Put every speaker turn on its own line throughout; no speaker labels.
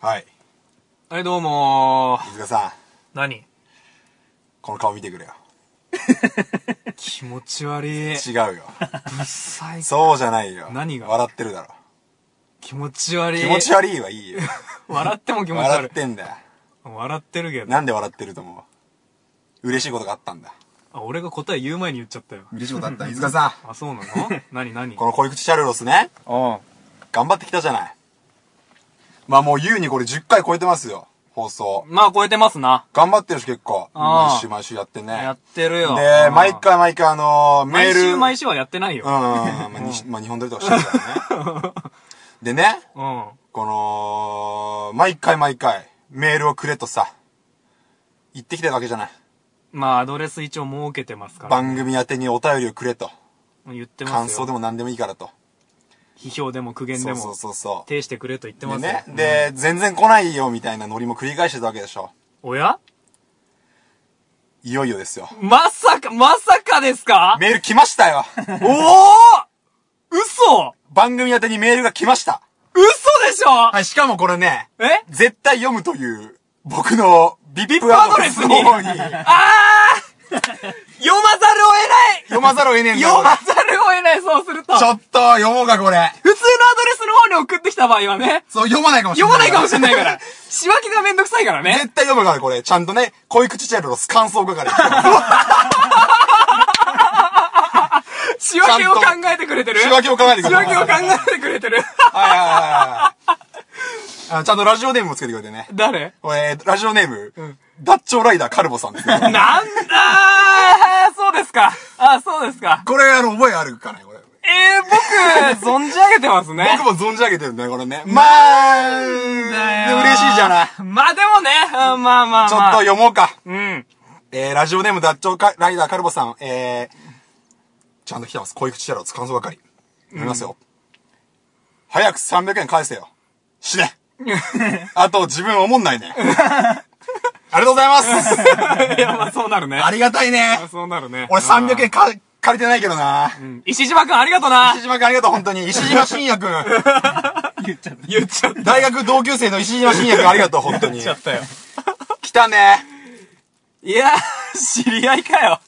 はい。
はい、どうもー。
飯塚さん、
何
この顔見てくれよ。
気持ち悪い。
違うよ。
ぶっさい。
そうじゃないよ。
何が
笑ってるだろ。
気持ち悪い。
気持ち悪いはいいよ。
笑って も気持ち
笑
悪
っ
い。
てんだよ。
笑ってるけど。
なんで笑ってると思う嬉しいことがあったんだ。
あ、俺が答え言う前に言っちゃったよ。
嬉しいことあ った。飯塚さ
あ、そうなの何何
ん、この恋口シャルロスね、
あ
頑張ってきたじゃない。まあもう優にこれ10回超えてますよ。放送。
まあ、超えてますな。
頑張ってるし結構。
あー
毎週毎週やってね。
やってるよ。
で
う、ん
毎。回毎回あのー、メー
毎
ル。
週毎週はやってない
うん
よ。
うんうん。まあ、にまあ、日本撮りとかしてる からね。でね、
うん。
この、毎回毎回、メールをくれとさ、言ってきてるわけじゃない。
まあ、アドレス一応設けてますから。
番組宛てにお便りをくれと。
言ってますよ。
感想でも何でもいいからと。
批評でも苦言
そ
で
うそ
も
う。そうそう。
呈してくれと言って
で
ますよ
ね、。で、全然来ないよみたいなノリも繰り返してたわけでしょ。
おや
いよいよですよ。
まさか、まさかですか
メール来ました よ
おお嘘
番組宛てにメールが来ました
嘘でしょ、
はい、しかもこれね、
え
絶対読むという、僕のビビップアドレスの方 に、読
あー読まざるを得ない
まざるを得ねえんだよ
読まざるを得ない、そうする と。
ちょ
普
っと、読もうか、これ。
通のアドレスの方に送ってきた場合はね、
そう、読まないかもしれ
読
ない。
まないかもしれない から。仕分けがめんどくさいからね。
絶対読むから、これ。ちゃんとね、恋口チャルロス感想係。
仕分けを考えてくれてる
仕分けを考えてくれてる
仕分けを考えてくれてる。
はいはいはいはい。あちゃんとラジオネームもつけてくれてね。
誰
これ、ラジオネーム、ダッチョウライダーカルボさんですね。
なんだーそうですか。あ、そうですか。
これ、あの、覚えあるかね、これ。
えー、僕、存じ上げてますね。
僕も存じ上げてるんだよ、これね。まあ、でも嬉しいじゃない。ち
い。まあでもね、うんまあまあ
ょっ
まあ。
と読もうか。
うん。
えー、ラジオネームダッチョウライダーカルボさん、えー、ちゃんと来てます。恋口チャルロス感想係。読みますよ。早く300円返せよ。死 ね。あと、自分思んないね。ありがとうございます。
いや、まあそうなるね。
ありがたいね。
そうなるね。
俺300円か借りてないけどな。
うん。石島くんありがとな
石島くんありがとう、本当に。石島信也くん。
言っちゃっ
大学同級生の石島信也くんありがとう、本当に。
たよ。
来たね。
いやー、知り合いかよ。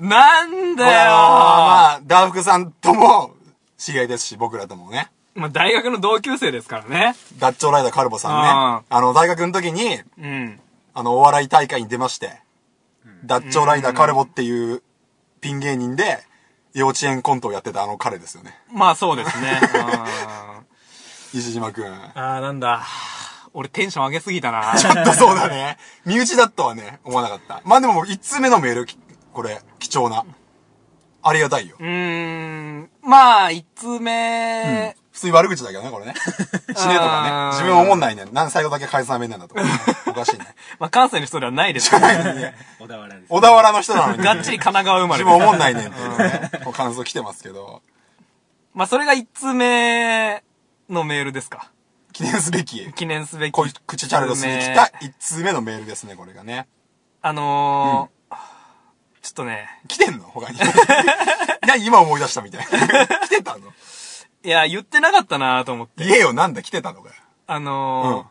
なんだ
こ
よ
れはまあ、ダーフクさんとも知り合いですし、僕らともね。
まあ大学の同級生ですからね。
ダッチョウライダーカルボさんね。
あ
あの、大学の時に、
うん。
あの、お笑い大会に出まして、ダッチョウライダーカルボっていうピン芸人で、幼稚園コントをやってたあの彼ですよね。
まあそうで すね。あ
石島くん。
ーあー、なんだ。俺テンション上げすぎた な。
ちょっとそうだね。身内だったはね、思わなかった。まあでも、一通目のメール、きこれ、貴重な。ありがたいよ
う。ーん。まあ、一通目、
普通に悪口だけどね、これね。死ねとか
あ
ね。
ー
自分思んないね。なんで最後だけ解散弁なんだとか、ね。おかし いね。
まあ関西の人ではないです
小
から
田原
小田原です。
小田原の人なのに、
がっちり神奈川生ま
自
れで
分
す
思んないねんっていうね。こう感想来てますけど。
まあ、それが一通目のメールですか。
記念すべき、
記念すべき。
こういう口チャルロスに来た一通目のメールですね、これがね。
あのーちょっとね、
来てんの他に。 何今思い出したみたいな。 来てたの
いや、言ってなかったなと思って。
言えよ、なんだ来てたのかよ。
あの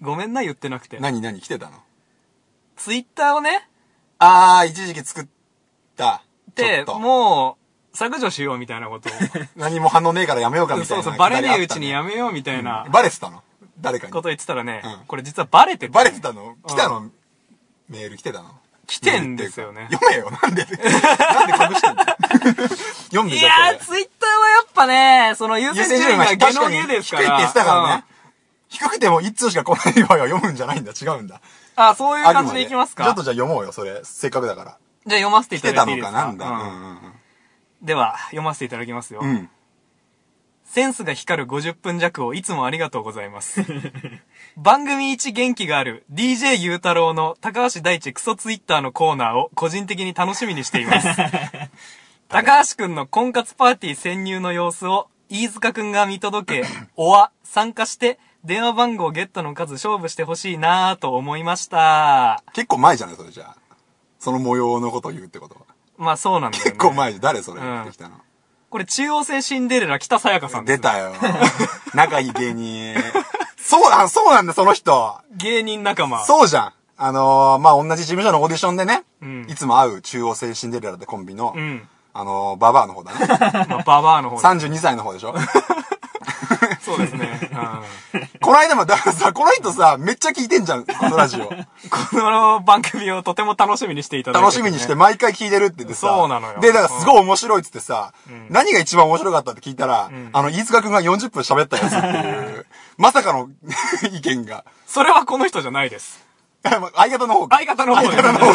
ーごめんな、言ってなくて。
何何来てたの
ツイッターをね、
あー、一時期作った。ちょ
で
っ、と
もう、削除しようみたいな ことを。
何も反応ねえからやめようかみたい
そ
な。
うそう、バレねえうちに
や
やめようみたいな
バレてたの誰かに
こ。と言ってたらね、
うん
これ実はバレてる
バレてたの来たの、メール来てたの
来てんですよね。
読めよなんで なんで隠してんの 読んで
い
じゃ
や
あ
ー、
これ
ツイッターはやっぱね、その優
優先
先順
順位
位が
が
下
確
の
かに
下
低い
で
っ
す
て
から。
言ってたからね
うん。
低くても一通しか来ない場合は読むんじゃないんだ。違うんだ。
あ、そういう感じでいきますか。
ちょっとじゃあ読もうよ、それ。せっかくだから。
じゃあ読ませてい
来
た
て
だ
た
いていい
の
です
か
か
なんだ。
うんでは、読ませていただきますよ。
うんうん。うん。
センスが光る50分弱をいつもありがとうございます。番組一元気がある DJ ゆうたろうの高橋大地クソツイッターのコーナーを個人的に楽しみにしてい ます。高橋くんの婚活パーティー潜入の様子を飯塚くんが見届け、おわ、参加して、電話番号ゲットの数勝負してほしいなぁと思いました。
結構前じゃないそれじゃあ。その模様のことを言うってことは。
まあそうなんだよね。
結構前じゃん誰それ、
うん
できたの。
これ 中央線シンデレラ北さやかさんです、
出
ね。
たよ。仲いい芸人。そう、ああ、そうなんだ、その人。
芸人仲間。
そうじゃん。あのー、まあ、同じ事務所のオーディションでね、
うん
いつも会う中央線シンデレラでコンビの、
うん。
あのー、ババアの方だね。
まあ、ババアの方
32歳の方でしょ
そうですね。うん
この間も、だからさ、この人さ、めっちゃ聞いてんじゃん、このラ ジオ。
この番組をとても楽しみにしていただいて、
楽しみにして、毎回聞いてるって言ってさ。
そうなのよ
で、だからすごい面白いって言ってさ、何が一番面白かったって聞いたら、あの、飯塚くんが40分喋ったやつっていう、まさかの 意見が。
それはこの人じゃないです。
まあ相方の方が。
相方の方です
相方の方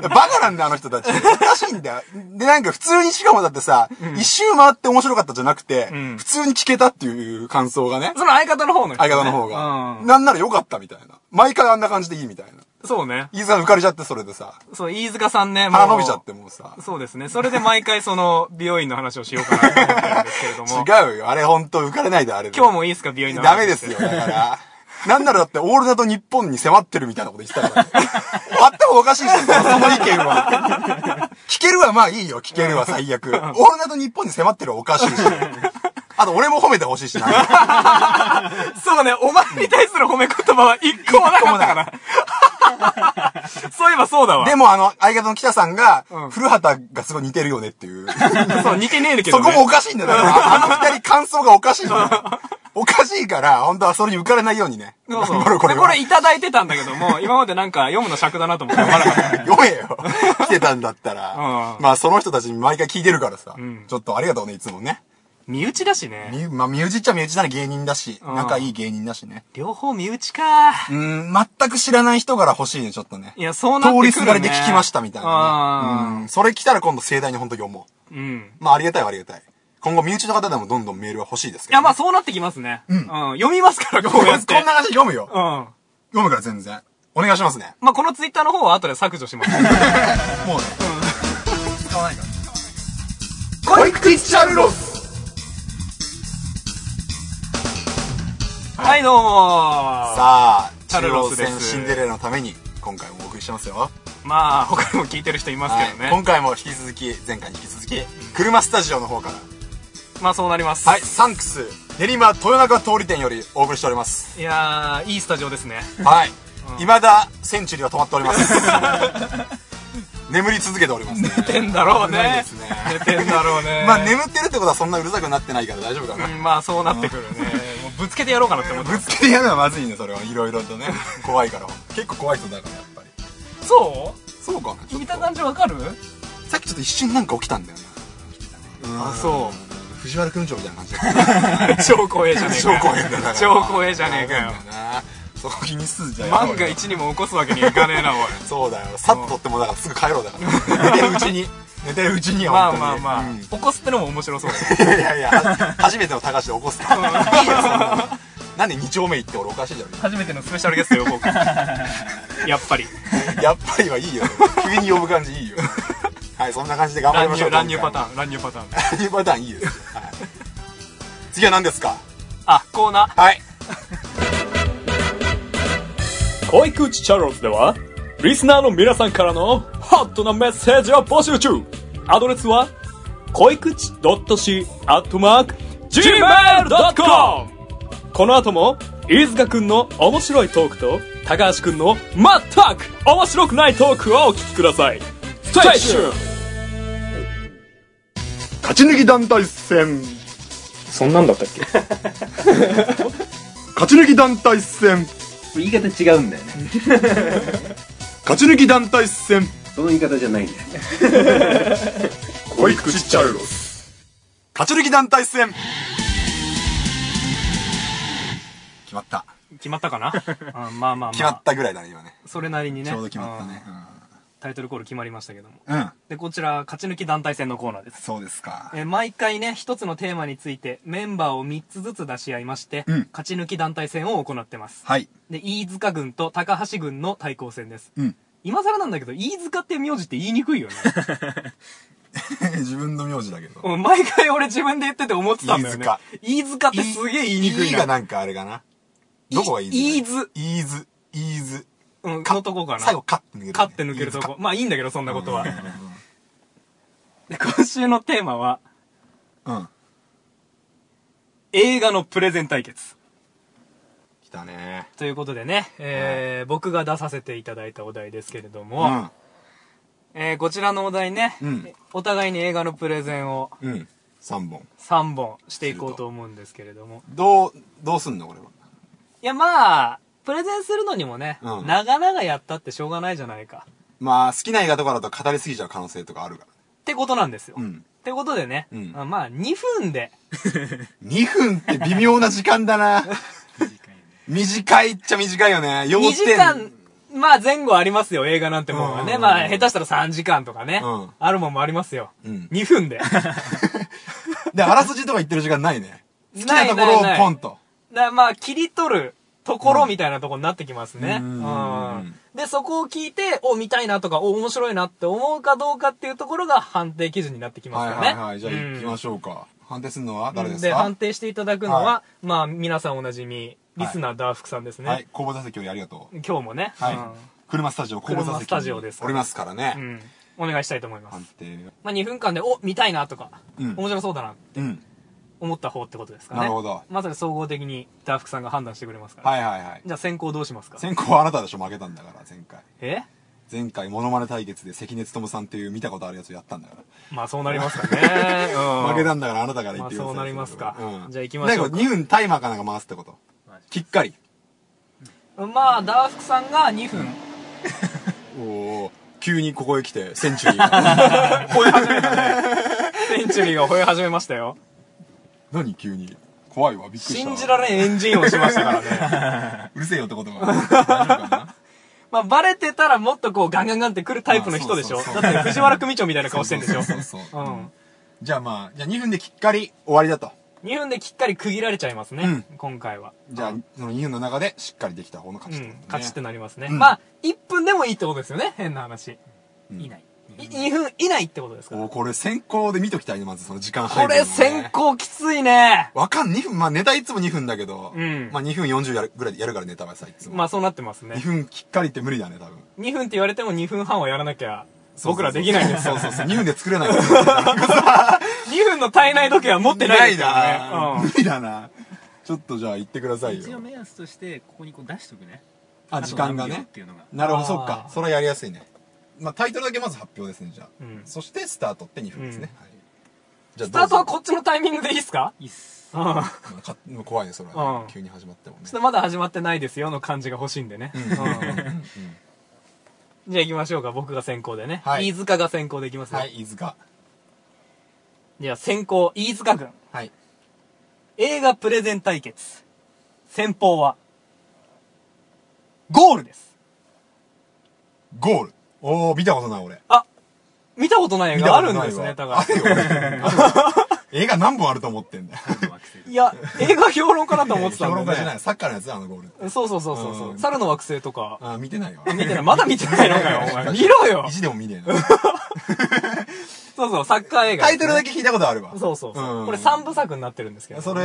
が。バカなんだよ、あの人たち。おかしいんだよ。で、なんか普通に、しかもだってさ、一周回って面白かったじゃなくて、
ん
普通に聞けたっていう感想がね、
その相方の方の人ね、
相方の方が。
うん。
なんなら良かったみたいな。毎回あんな感じでいいみたいな。
そうね。
飯塚浮かれちゃって、それでさ、
そう、飯塚さんね、
鼻伸びちゃってもうさ。
そうですね。それで毎回その、美容院の話をしようかなと思ってるんですけれども。
違うよ。あれ本当浮かれないで、あれで。
今日もいいですか、美容院の話。
ダメですよ、だから。なんならだって、オールナイト日本に迫ってるみたいなこと言ってたから、ね。あってもおかしいし、そのその意見は。聞けるはまあいいよ、聞けるは最悪。オールナイト日本に迫ってるはおかしいし。あと、俺も褒めてほしいしな。
そうね、お前に対する褒め言葉は一個もなかったから。 そういえばそうだわ。
でも、あの、相方の北さんが、
うん
古畑がすごい似てるよねっていう。
そう、似てねえけ
そ
ど、ね。
こもおかしいん だよ。だからあの二人感想がおかしいんだよ。おかしいから、本当はそれに浮かれないようにね。
そうそう
頑張ろうこれ
で
は
これいただいてたんだけども、今までなんか読むの尺だなと思って読まなかった。
読めよ。来てたんだったら。
うん
まあ、その人たちに毎回聞いてるからさ。
ん
ちょっとありがとうね、いつもね。
身内だしね。
みまあ、身内っちゃ身内なら芸人だし、
うん
仲いい芸人だしね。
両方身内か。
うーん、全く知らない人から欲しいね、ちょっとね。
いや、そうなっ
通
てくる、ね。
りすがりで聞きましたみたいなね。うん。それ来たら今度盛大に本当読も
うん。うん。
う。まあ、ありがたいはありがたい。今後、身内の方でもどんどんメールは欲しいです
い
けど
や、
ね、
まあそうなってきますね。うん。読みますから、こうやって。
こんな感じで読むよ。
うん。
読むから全然。お願いしますね。
まあこのツイッターの方は後で削除します。
もうね。使わないから。コイクチャルロス
はい、どうも
さあ、
チャ
中
ルロ
央
スです
戦シンデレラのために今回もお送りしてますよ。
まあ、他にも聞いてる人いますけど
はい
ね。
今回も引き続き、前回に引き続き、車スタジオの方から、
まあそうなります。
はい、。サンクス、練馬豊中通り店よりお送りしております。
いやー、いいスタジオですね。
はい。未だセンチュリーは止まっております。眠り続けておりますね。
寝てんだろ う
危ない
ね
ですね。。
寝てんだろうね
まあ眠ってるってことはそんなうるさくなってないから大丈夫かな。
うんまあそうなってくるね。もうぶつけてやろうかなって思って
ぶ。つけてやるのはまずいね、それは。いろいろとね。 怖いから。結構怖い人だから、やっぱり。
そ
そうかな、
う
ちょっ
聞い
と
た。感じわかる
さっきちょっと一瞬なんか起きたんだよね。
あ、そ
藤原くん長みたいな感じだった。
う。超怖えじゃねえ
超
かよ。
怖えんだよだから
超怖えじゃね えかよ。
そこ気にすんじゃんやろう
万
よ
が一にも起こすわけにはいかねえな、おい。
そうだよさっと撮ってもだからすぐ帰ろうだから寝てるうちに寝てるうちには
まあ
本当
まあ
に
まあ、起こすってのも面白そう
う
だね
んいやいやいやは初めての高橋で起こすかいいよそんなのなんで2丁目行って俺おかしいじゃん
初めてのスペシャルゲストよ、僕。やっぱり。
やっぱりはいいよ急に呼ぶ感じいいよはいそんな感じで頑張り
乱
ましょ
入、
う
乱入パタ
ーン
ーン、乱入パターン。
乱入パターンいいですはい次は何ですか
あ、コーナー。
はい
恋口チャロルズでは、リスナーの皆さんからのホットなメッセージを募集中アドレスは、恋口 .c.gmail.com この後も、飯塚くんの面白いトークと、高橋くんの全く面白くないトークをお聞きください。Stay tuned!
勝ち抜き団体戦
そんなんだったっ け
勝ち抜き団体戦
言い方違うんだよね
勝ち抜き団体戦
その言い方じゃないんだよ
恋口チャルロス勝ち抜き団体戦決まった
決まったかなあまあまあ
決
ま
ま
あ
っ。たぐらいだね今ね
それなりにね。
ちょうど決まったね
うんタイトルコール決まりましたけども。
うん、うん
で、こちら、勝ち抜き団体戦のコーナーです。
そうですか
えー毎回ね、一つのテーマについて、メンバーを3つずつ出し合いまして、
うん
勝ち抜き団体戦を行ってます。
はい
で、飯塚軍と高橋軍の対抗戦です。
うん
今更なんだけど、飯塚って名字って言いにくいよね。
自分の名字だけど
うん毎回俺自分で言ってて思ってたんだよね。飯塚。って
い
すげえ言いにくい
いが
な。
なんかあれかなどこがいい
いいず
いいずいいず
うん、のとこかな。
最後カッて抜ける、ね、
勝って抜けるとこ。まあいいんだけど、そんなことは。で、今週のテーマは、
うん
映画のプレゼン対決。
したね。
ということでね、えー僕が出させていただいたお題ですけれど
う
も、
ん。
えーこちらのお題ね、
うん
お互いに映画のプレゼンを
うん。3本。
3本していこうと思うんですけれども。
どう、どうすんのこれは。
いや、まあ、プレゼンするのにもね、
うん
長々やったってしょうがないじゃないか。
まあ、好きな映画とかだと語りすぎちゃう可能性とかあるか
ってことなんですよ。
ら。うん。
ってことでね、
うん
まあ、2分で、
2分って微妙な時間だな。短いっちゃ短いよね。要
2時間、まあ前後ありますよ、映画なんてもんはね。
うん
まあ、下手したら3時間とかね、
うん
あるもんもありますよ。
うん
2分 で。
で、あらすじとか言ってる時間ないね。好きなところを
ないないない
ポンと。
だまあ、切り取るところみたいなとこになってきますね。
う
うんん。で、そこを聞いて、お、見たいなとか、お、面白いなって思うかどうかっていうところが判定基準になってきま
は
す
い
よ
は
ね。
いはい。じゃあ行きましょうか。判定するのは誰ですか
で、判定していただくのは、
は
まあ、皆さんおなじみ、リスナーダーフクさんですね。
はい。工房座席よりありがとう。
今日もね、
はい
うん。
車スタジオ、工房座
車
席。
スタジオですから
おりますから
う
ね。
ん。お願いしたいと思います
判。定。
まあ、2分間で、お、見たいなとか、
うん
面白そうだな、
うん。
思った方ってことですかね。
なるほど
まさに総合的にダーフクさんが判断してくれますから。
はいはいはい。
じゃあ先行どうしますか
先行はあなたでしょ、負けたんだから、前回。
え
前回、モノマネ対決で関根勤さんっていう見たことあるやつやったんだか
まあそうなりますかね。
ら。
うん
負けたんだから、あなたから言ってください。
まあそうなりますか
うん
じゃあ行きましょうか
なんか2分タイマーかなんか回すってこと。きっかり。
まあ、ダーフクさんが2分。
おお急にここへ来て、セン チュリーが。こういう始めたね。
センチュリーが吠え始めましたよ。
何急に。怖いわ、びっくりした。
信じられんエンジンをしましたからね。
うるせえよってことが。大丈夫かな
まあ、バレてたらもっとこうガンガンガンって来るタイプの人でしょ
あそうそうそう
だって藤原組長みたいな顔してんでしょ
そうそうそうそうう。
ん。
じゃあまあ、じゃあ2分できっかり終わりだと。
2分できっかり区切られちゃいますね。
う
今回は。
じゃあ、その2分の中でしっかりできた方の勝
う
ちってこと
ん
ね。。
勝ちってなりますね。
うん
まあ、1分でもいいってことですよね。変な話。
以内。
い2分以内ってことですから。
おーこれ先行で見ときたいね、まずその時間配
こ
分をね
れ先行きついね。
わかん、2分、まあネタいつも2分だけど、
うん
まあ2分40やるぐらいでやるからネタはさ、いつも。
まあそうなってます
2
ね。
分きっかりって無理だね、多分。
2分って言われても2分半はやらなきゃ僕らできないんです
そ
よ
う。 そうそう、2分で作れないから。
2分の体内時計は持ってないで すから
な
ね。
無理だな。ちょっとじゃあ言ってください
一応
よ。
目安として、ここにこう出しとくね。
あ、時間が
あと何秒
ね
っ。ていうのが。
なるほど、
あー
そっか。それはやりやすいね。まあタイトルだけまず発表ですね、じゃあ。
うん
そしてスタートって2分ですね。はいじゃあ
スタート
ど
は
うぞ
こっちのタイミングでいいっすか
いいっす。
うん。ちょ
まあかもう怖いね、それはね
う。ん
急に始まってもね。
っとまだ始まってないですよの感じが欲しいんでね。うんじゃあ行きましょうか。僕が先行でね。
はい
飯塚が先行でいきます
は
ね。
い、飯塚。
じゃあ先行、飯塚君。
はい。
映画プレゼン対決。先方は、ゴールです。
ゴール。おー、見たことない、俺。
あ、見たことない映
見
画
た
あ
こ
る
と
ん
ないわ
ですね、だ
あ
か
るよ。 映画何本あると思ってんだよ。
惑星
ら。いや、映画評論家だと思ってた
評
んだ
論
よ
家じゃない。
ね。
サッカーのやつだ、あのゴール。
そうそうそうそうそうう。
ん
猿の惑星とか。
あー、見てないわ。
見てない。まだ見てないのかよ、お 前。見ろよ
意。地でも見ねえ な。
そうそう、サッカー映画。
タイトルだけ聞いたことあるわ。
そうそうそう。
ん
これ3部作になってるんですけど、
それ、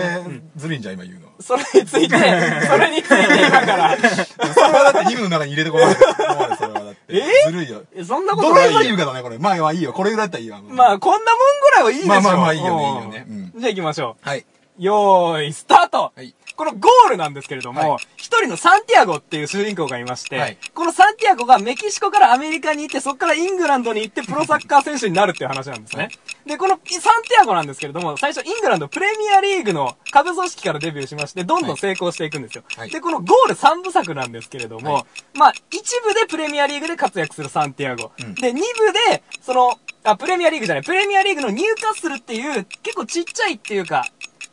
ずるいんじゃん、今言うの。
それについて、 それについて今から。
それはだって2分の中に入れてこない。困るそれはだって。
え
ずるいよ。
えそんなこ
ど
と
れ
な
ぐらい
い
言
よ。
うかだね、これ。まあまあいいよ。これぐらいだったらいいわ。
ま
あ。
あ、こんなもんぐらいはいいでしょ。
まあまあまあいいよねいいよね
うんじゃあ行きましょう。
はい。
よーい、スタート
はい
このゴールなんですけれども
は、
一人のサンティアゴっていう主人公がいまし
は
て
い、
このサンティアゴがメキシコからアメリカに行って、そこからイングランドに行ってプロサッカー選手になるっていう話なんですね。で、このサンティアゴなんですけれども、最初イングランドプレミアリーグの下部組織からデビューしまして、どんどん成功していくんですよ。
はい
で、このゴール3部作なんですけれども、
は
まあ、一部でプレミアリーグで活躍するサンティアゴ。
ん
で、二部で、その、あ、プレミアリーグじゃない、プレミアリーグのニューカッスルっていう、結構ちっちゃいっていうか、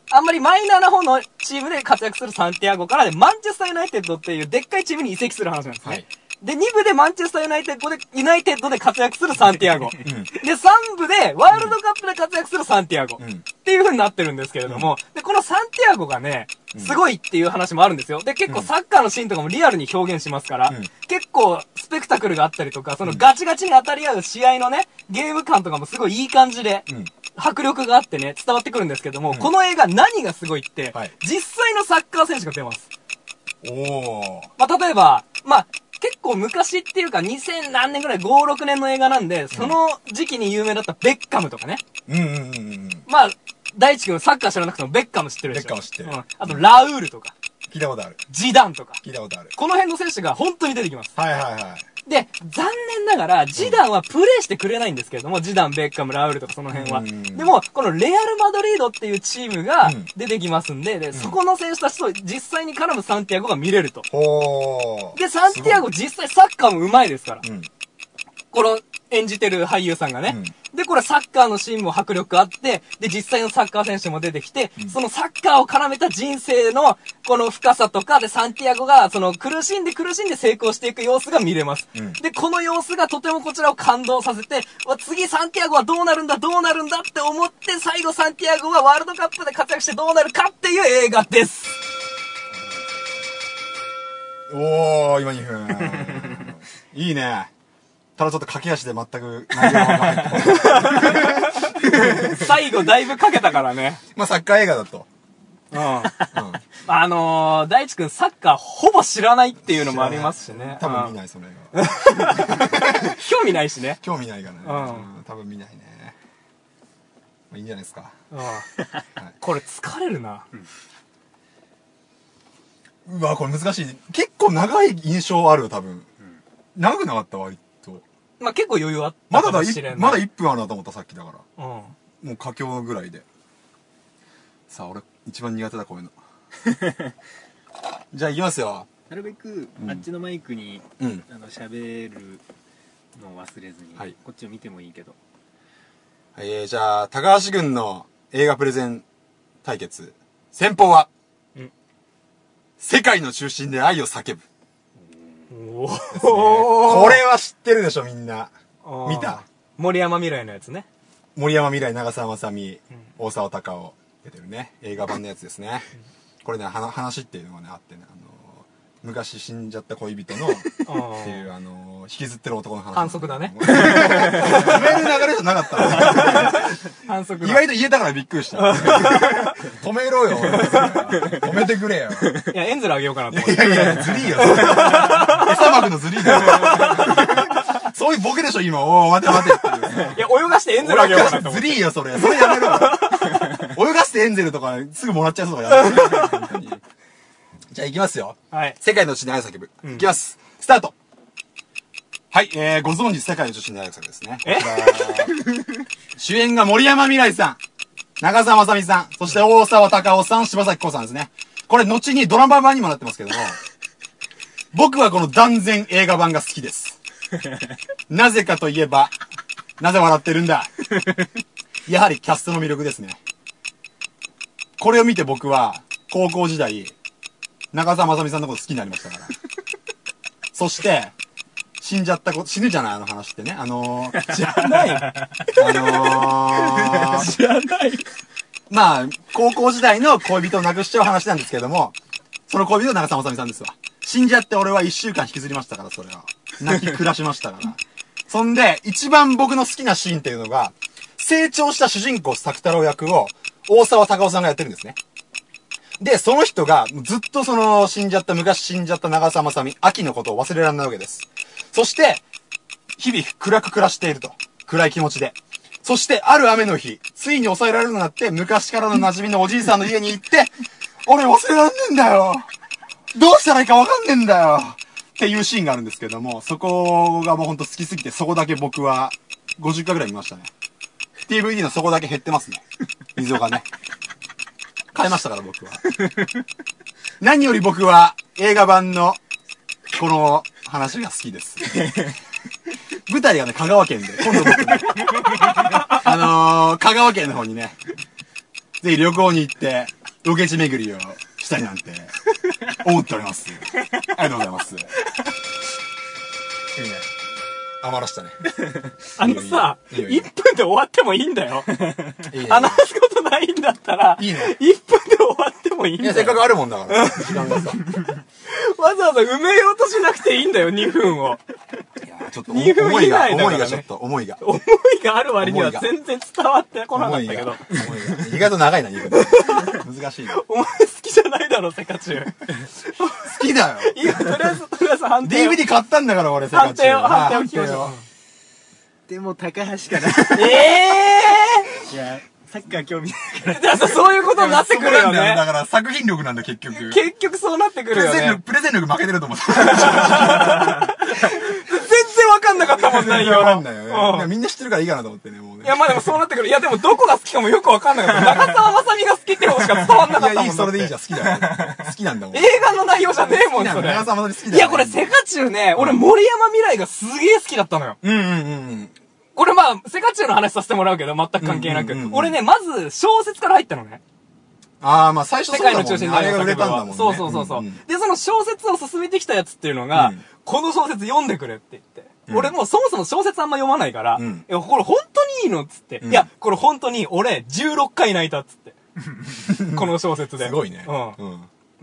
あんまりマイナーな方のチームで活躍するサンティアゴからで、マンチェスターユナイテッドっていうでっかいチームに移籍する話なんですね。
はい
で、2部でマンチェスターユナイテッドで、ユナイテッドで活躍するサンティアゴ。
ん
で、3部でワールドカップで活躍するサンティアゴ。
うん
っていう風になってるんですけれども、で、このサンティアゴがね、すごいっていう話もあるんですよ。で、結構サッカーのシーンとかもリアルに表現しますから、
ん
結構スペクタクルがあったりとか、そのガチガチに当たり合う試合のね、ゲーム感とかもすごいいい感じで、
ん
迫力があってね、伝わってくるんですけども、この映画何がすごいって、
はい
実際のサッカー選手が出ます。
おー。
まあ、例えば、まあ、結構昔っていうか2000何年ぐらい5、6年の映画なんで、その時期に有名だったベッカムとかね。
うんうんうんうん。
まあ、大地君サッカー知らなくてもベッカム知ってるでし
ベッ
ょ。
カム知ってる
うんあと、ラウールとか。
聞いたことある。
ジダンとか。
聞いたことある。
この辺の選手が本当に出てきます。
はいはいはい。
で、残念ながら、ジダンはプレーしてくれないんですけれども、ジダン、ベッカム、ラウルとかその辺は。
うん
でも、このレアル・マドリードっていうチームが
うん
出てきますんで、で、そこの選手たちと実際に絡むサンティアゴが見れると。
ほー。
で、サンティアゴ実際サッカーも上手いですから。
うん。
この演じてる俳優さんがね。
う
で、これサッカーのシーンも迫力あって、で、実際のサッカー選手も出てきて、そのサッカーを絡めた人生の、この深さとか、で、サンティアゴが、その、苦しんで苦しんで成功していく様子が見れます。
うん
で、この様子がとてもこちらを感動させて、うわ次サンティアゴはどうなるんだ、どうなるんだって思って、最後サンティアゴがワールドカップで活躍してどうなるかっていう映画 です。
おー、今2分。いいね。ただちょっと駆け足で全く内容が入ってこ ない
最後だいぶかけたからね。
まあサッカー映画だと。
うん。あのー、大地くんサッカーほぼ知らないっていうのもありますしね。
多分見
い。
ない、その映画は。
興味ないしね。
興味ないからね。
うん
うん多分見ないね。まあいいんじゃないですか。
うん。これ疲れるな。
うわ、これ難しい。結構長い印象ある、多分。長くなかった、割と。
まあ、結構余裕あった
まだ
か
だ、
も
い
しれない。
まだ1分あるなと思った、さっきだから。
うん。
もう佳境ぐらいで。さあ、俺、一番苦手だ、こういうの。 じゃあ、いきますよ。
なるべく、あっちのマイクに、
うん。
あの、喋るのを忘れずに、
はい
こっちを見てもいいけど。
えー、じゃあ、高橋軍の映画プレゼン対決。先方は、
うん
世界の中心で愛を叫ぶ。
お
これは知ってるでしょ、みんな。
お
見た
森山未来のやつね。
森山未来、長澤まさみ、大沢たかお、出てるね。映画版のやつですね。これね、はな話っていうのがね、あってね、あのー昔死んじゃった恋人 の、っていう、あのー引きずってる男の話。
反則 だね
言える流れじゃなかった。
反則
意
だ。い
外と言えたからびっくり した。止めろよ。止めてくれよ。
や、エンゼルあげようかなと思っ
い
て。
やいや、ずりーよ。餌まくのずりーよ。そういうボケでしょ、今。おー、待て待てっていう。
いや、泳がしてエンゼルあげようかなと思っ
ず
て。
りーよ、それ。それや めろ。泳がせてエンゼルとか、すぐもらっちゃうとか やめろ本当に。じゃあ、行きますよ。
はい。
世界の地に愛を叫ぶ。いきます。スタート。はい、えー、ご存知、世界の女子に愛を叫ぶですね。
え
こちら 主演が森山未来さん、長澤まさみさん、そして大沢たかおさん、柴咲コウさんですね。これ、後にドラマ版にもなってますけども、僕はこの断然映画版が好きです。なぜかといえば、なぜ笑ってるんだやはりキャストの魅力ですね。これを見て僕は、高校時代、中澤まさみさんのこと好きになりました から。そして、死んじゃったこと、死ぬじゃないあの話ってね。あのー、知らない。あのー、 知らない。まあ、高校時代の恋人を亡くしちゃう話なんですけども、その恋人は長澤まさみさんですわ。死んじゃって俺は一週間引きずりましたから、それは。泣き暮らしましたから。そんで、一番僕の好きなシーンっていうのが、成長した主人公、作太郎役を、大沢たかおさんがやってるんですね。で、その人が、ずっとその、死んじゃった、昔死んじゃった長澤まさみ、秋のことを忘れられないわけです。そして、日々暗く暮らしていると。暗い気持ちで。そして、ある雨の日、ついに抑えられるようになって、昔からの馴染みのおじいさんの家に行って、 俺忘れられねえんだよどうしたらいいかわかんねえんだよっていうシーンがあるんですけども、そこがもうほんと好きすぎて、そこだけ僕は、50回ぐらい見ましたね。DVD のそこだけ減ってますね。溝がね。変えましたから僕は。何より僕は映画版のこの話が好き です。舞台がね、香川県で、今度 僕ね、あのー、香川県の方にね、ぜひ旅行に行って、ロケ地巡りをしたいなんて、思っております。ありがとうございます。いいね。余らしたね。
あのさ、
いいよ
1
いいよ
分で終わってもいいんだよ。
いいね。
話すことないんだったら、
いいね
1分で終わってもいい
い
んだ
や、せっか
よ。
くあるもんだから、時間がさ。
わざわざ埋めようとしなくていいんだよ、2分を。
いやちょっと
二分
思いが、
以内
思い
だからね
がちょっと、思いが。
思いがある割には
思いが
全然伝わってこなかったけど
思。いが思いが意外と長いな、2分。難しいな。好
お前好きじゃないだろ、セカ チュウ。
きだよ。
いや、とりあえず、とりあえず判定を。
DVD 買ったんだから、俺、
判定を、
世界中
判定を聞きましょ
判
う。
でも、高橋かな。
ええ
いや、サッカー興味ないから。
だからそういうことになってくる
そ
よ
うなんだよだ
ね。
から作品力なんだ、結局。
結局そうなってく
プ
る
レ
よ
ゼン力、
ね。
プレゼン力負けてると思う。
全然わかんなかったもん内容。
わかんないよね。
うん
でもみんな知ってるからいいかなと思ってね、もうね。
いや、まあでもそうなってくる。いや、でもどこが好きかもよくわかんなかった。長澤まさみが好きってことしか伝わんなかったもん
いや、いい、それでいいじゃ
ゃ
ん、好きだよ。好きなんだもん。
ん。映画の内容じゃねえも
好き
ん、
な
そ
の
れ。
皆様の好きだよ。
いや、これ、セカチュウね、俺、森山未来がすげえ好きだったのよ。
うんうんうんうん。
これまあ、セカチュウの話させてもらうけど、全く関係な
うん
く
うんうんう。ん
俺ね、まず、小説から入ったのね。
ああ、まあ最初
世
そうだ
界
も
の
んね
中心
あれが売れたんだもんね。
そうそうそうそう、
んん
で、その小説を進めてきたやつっていうのが、
うん
この小説読んでくれって言って。俺もうそもそも小説あんま読まないから、
うん
いや、これ本当にいいのっつって、
うん
いや、これ本当に俺16回泣いたっつ って。この小説で。
すごいね。
うん。も
うん。
う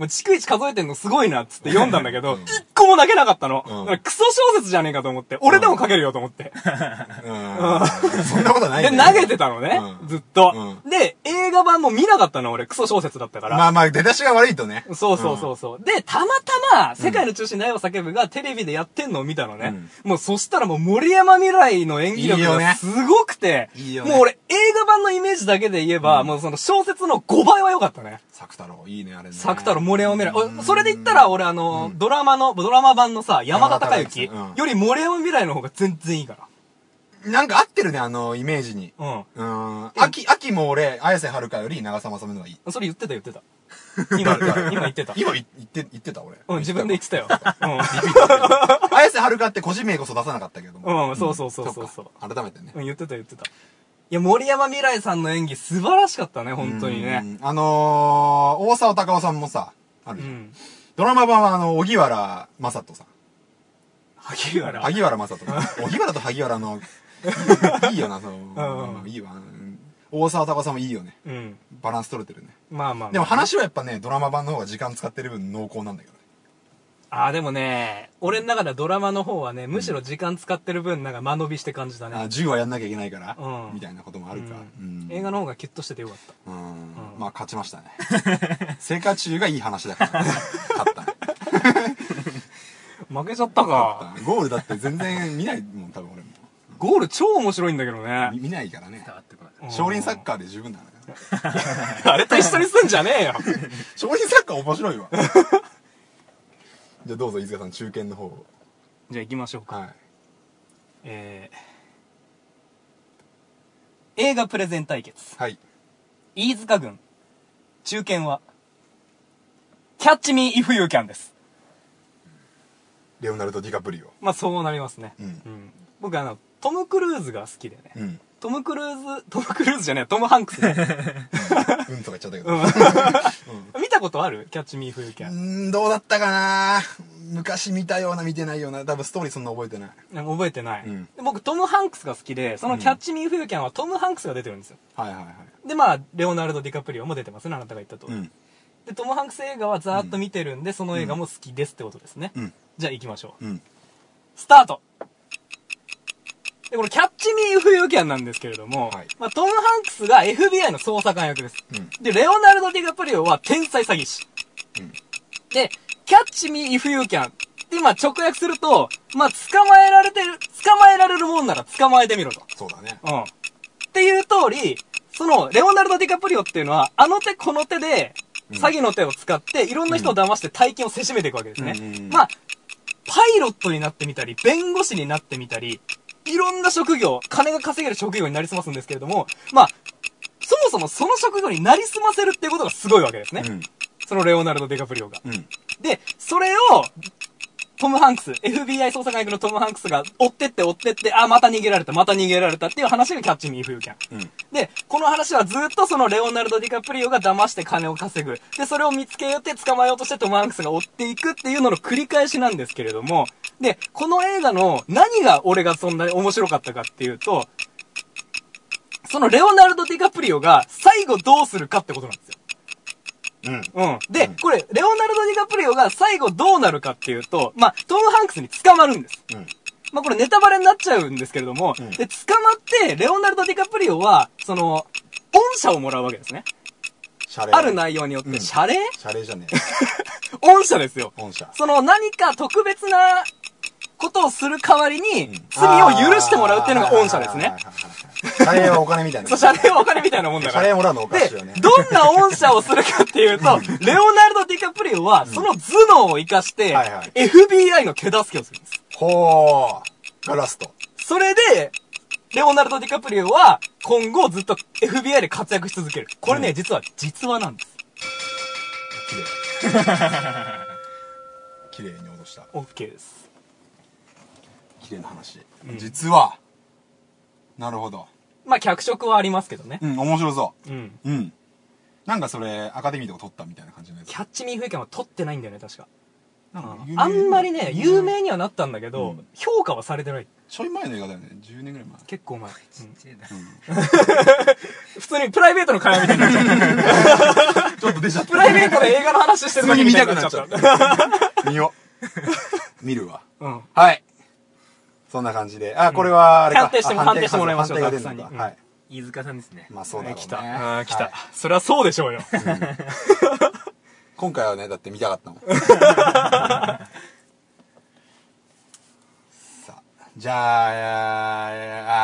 逐一数えてんのすごいなっつって読んだんだけど、一、個も泣けなかったの。
うん
だからクソ小説じゃねえかと思って、俺でも書けるよと思って。
うん。そんなことない
で、
よ
投げてたのね、
うん
ずっと、で、映画版も見なかったの俺、クソ小説だったから。
まあまあ、出だしが悪いとね。
そうそうそうそう。で、たまたま、世界の中心で愛を叫ぶがテレビでやってんのを見たのね。もうそしたらもう森山未来の演技
いい
力
よ
が
ね
すごくて、
いいよね
もう俺映画版のイメージだけで言えば、もうその小説の5倍は良かったね。
作太郎、いいね、あれね。
作太郎、森山未来。おそれで言ったら俺あの、ドラマの、ドラマ版のさ、山田孝之
山田孝之うん
より森山未来の方が全然いいか
なんか合ってるね、あの、イメージに。
ら。うん。
うん。秋、秋も俺、綾瀬はるかより長澤まさみの方がいい。
それ言ってた言 ってた。今、今言ってた。
今い言って、言ってた俺。
うん、自分で言ってたよ。
綾瀬はるかって個人名こそ出さなかったけど
う
も。
ん。うん、そうそうそうそうそう
っ。か改めてね。
うん、言ってた言ってた。いや、森山未来さんの演技素晴らしかったね、本当に
う
ね。
ん。あのー、大沢たかおさんもさ、ある
う
じゃん。
ん。
ドラマ版はあの、荻原正人さん。
萩原。
萩原正人。荻原と萩原 の、いいよな、その、
んうん
いいわ。うん大沢たかおさんもいいよね。
うん。
バランス取れてるね。
まあまあまあ。
でも話はやっぱね、ドラマ版の方が時間使ってる分濃厚なんだけどね。
ああ、でもね、俺の中ではドラマの方はね、むしろ時間使ってる分、なんか間延びして感じた
あ、
ね。
10はやんなきゃいけないから、
うん
みたいなこともあるから。
う
うん
映画の方がキュッとしててよかっ
うんまあ勝ちましたね。 生活中がいい話だから。勝ったね。
た。負けちゃったか。
ゴールだって全然見ないもん、多分俺も。
ゴール超面白いんだけど
み
ね。
見ないからね
伝。わってこなかった。
少林サッカーで十分だね。
あれと一緒にすんじゃねえよ。
少林サッカー面白いわ。じゃあどうぞ、飯塚さん、中堅の方を。
じゃあ行きましょうか。
はい。
えー、映画プレゼン対決。
はい。
飯塚軍。中堅は、キャッチミーイフユーキャンです。
レオナルド・ディカプリオ。
まあそうなりますね。
うん
僕あの、トム・クルーズが好きでね。
うん。
トム・クルーズ、トム・クルーズじゃない、トム・ハンクス。
うんとか言っちゃったけ
う
ど。
ん見たことあるキャッチ・ミー・フユーキャ
う
ン。
ん、どうだったかな昔見たような、見てないような。多分ストーリーそんな覚えてない。
なんか覚えてない、
うん
で僕トム・ハンクスが好きで、そのキャッチ・ミー・フユーキャンはトム・ハンクスが出てるんですよ。
はいはいはい。
で、まあ、レオナルド・ディカプリオも出てますね、あなたが言ったと、
うん。
で、トム・ハンクス映画はざーっと見てるんで、その映画も好きですってことですね。
うん
じゃあ行きましょう。
うん。
スタートで、このキャッチ・ミー・フユーキャンなんですけれども、
はい
まあ、トム・ハンクスが FBI の捜査官役です。
うん
で、レオナルド・ディカプリオは天才詐欺師。で、キャッチ・ミー・イフ・ユー・キャンって、まあ、直訳すると、まあ、捕まえられてる、捕まえられるもんなら捕まえてみろと。
そうだね。
うん。っていう通り、その、レオナルド・ディカプリオっていうのは、あの手この手で、詐欺の手を使って、いろんな人を騙して大金をせしめていくわけですね。
うん
まあ、パイロットになってみたり、弁護士になってみたり、いろんな職業、金が稼げる職業になりすますんですけれども、まあ、そもそもその職業になりすませるっていうことがすごいわけですね。
うん。
そのレオナルド・ディカプリオが。
うん。
で、それを、トム・ハンクス、FBI 捜査官役のトム・ハンクスが追ってって追ってって、あ、また逃げられた、また逃げられたっていう話がキャッチ・ミー・フユー・キャン。
うん。
で、この話はずっとそのレオナルド・ディカプリオが騙して金を稼ぐ。で、それを見つけようって捕まえようとしてトム・ハンクスが追っていくっていうのの繰り返しなんですけれども、で、この映画の何が俺がそんなに面白かったかっていうと、そのレオナルド・ディカプリオが最後どうするかってことなんですよ。
うん。
うん。で、これ、レオナルド・ディカプリオが最後どうなるかっていうと、まあ、トム・ハンクスに捕まるんです。
うん。
まあ、これネタバレになっちゃうんですけれども、
うん
で、捕まって、レオナルド・ディカプリオは、その、恩赦をもらうわけですね。
シャレ。
ある。内容によって、
うん
謝礼
シャレじゃねえ。
恩赦ですよ。
本社。
その、何か特別なことをする代わりに、罪を許してもらうっていうのが御社ですね。
カレーはお金みたいな。
そう、謝礼はお金みたいなもんだか
カ
ら。
レーもらうのおか
で
しいよね、。
どんな御社をするかっていうと、レオナルド・ディカプリオは、その頭脳を活かして
はいはい、
FBI の手助けをするんです。
ほー。がラスト。
それで、レオナルド・ディカプリオは、今後ずっと FBI で活躍し続ける。これね、実は実話なんです。
綺麗に落とした。
OK です。
綺麗な話。実は、なるほど。
まあ、脚色はありますけどね。
うん、面白そ
うん。
う。うん。なんかそれ、アカデミーとか取ったみたいな感じのやつ
キ。ャッチ・ミー・フェイケンは取ってないんだよね、確か。
なんか有名
あんまりね、有名にはなったんだけど、評価はされてない。
ちょい前の映画だよね。10年ぐらい前。
結構前。うん 普通にプライベートの会話みたいになっちゃった。
ちょっと出ちゃっ
プライベートで映画の話してる
普通に
時み
見
たい
たく
にな
な
っ
っ
ち
ち
ゃ
ゃ
っ。
ったた。見よう。見るわ。
うん。
はい。そんな感じで。あ、これは、あれか。
判定しても
あ
判定してもらいましょう、
判定
たく
が出
さん
る
に。
の
うん
か。はい。
飯塚さんですね。
まあそうだろうね。
来た。うん来
は
た
い。
そりゃそうでしょうよ。
今回はね、だって見たかった もん。さあ、じゃ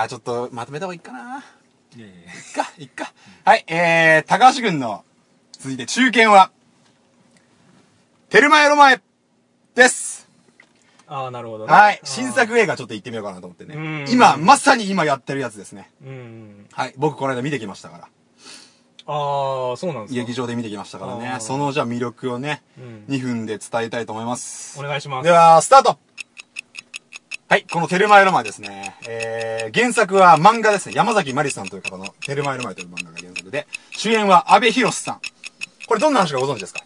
あ、あーちょっとまとめた方がいいかな。
いやいやいや
いっか、いっか。はい、えー、高橋くんの、続いて中堅は、テルマエロマエです。
ああ、なるほどね。
はい、
あー
新。作映画ちょっと行ってみようかなと思ってね
ん。
今、まさに今やってるやつですね。
うん。
はい、僕この間見てきましたから。
ああ、そうなんです
劇
か。
場で見てきましたから
あ
ね
ー。
その、じゃあ魅力をね、
うん
2分で伝えたいと思います。
お願いします
で。は、スタートはい、このテルマエロマエですね。えー、原作は漫画ですね。山崎まりさんという方のテルマエロマエという漫画が原作で、主演は安部寛さん。これどんな話かご存知ですか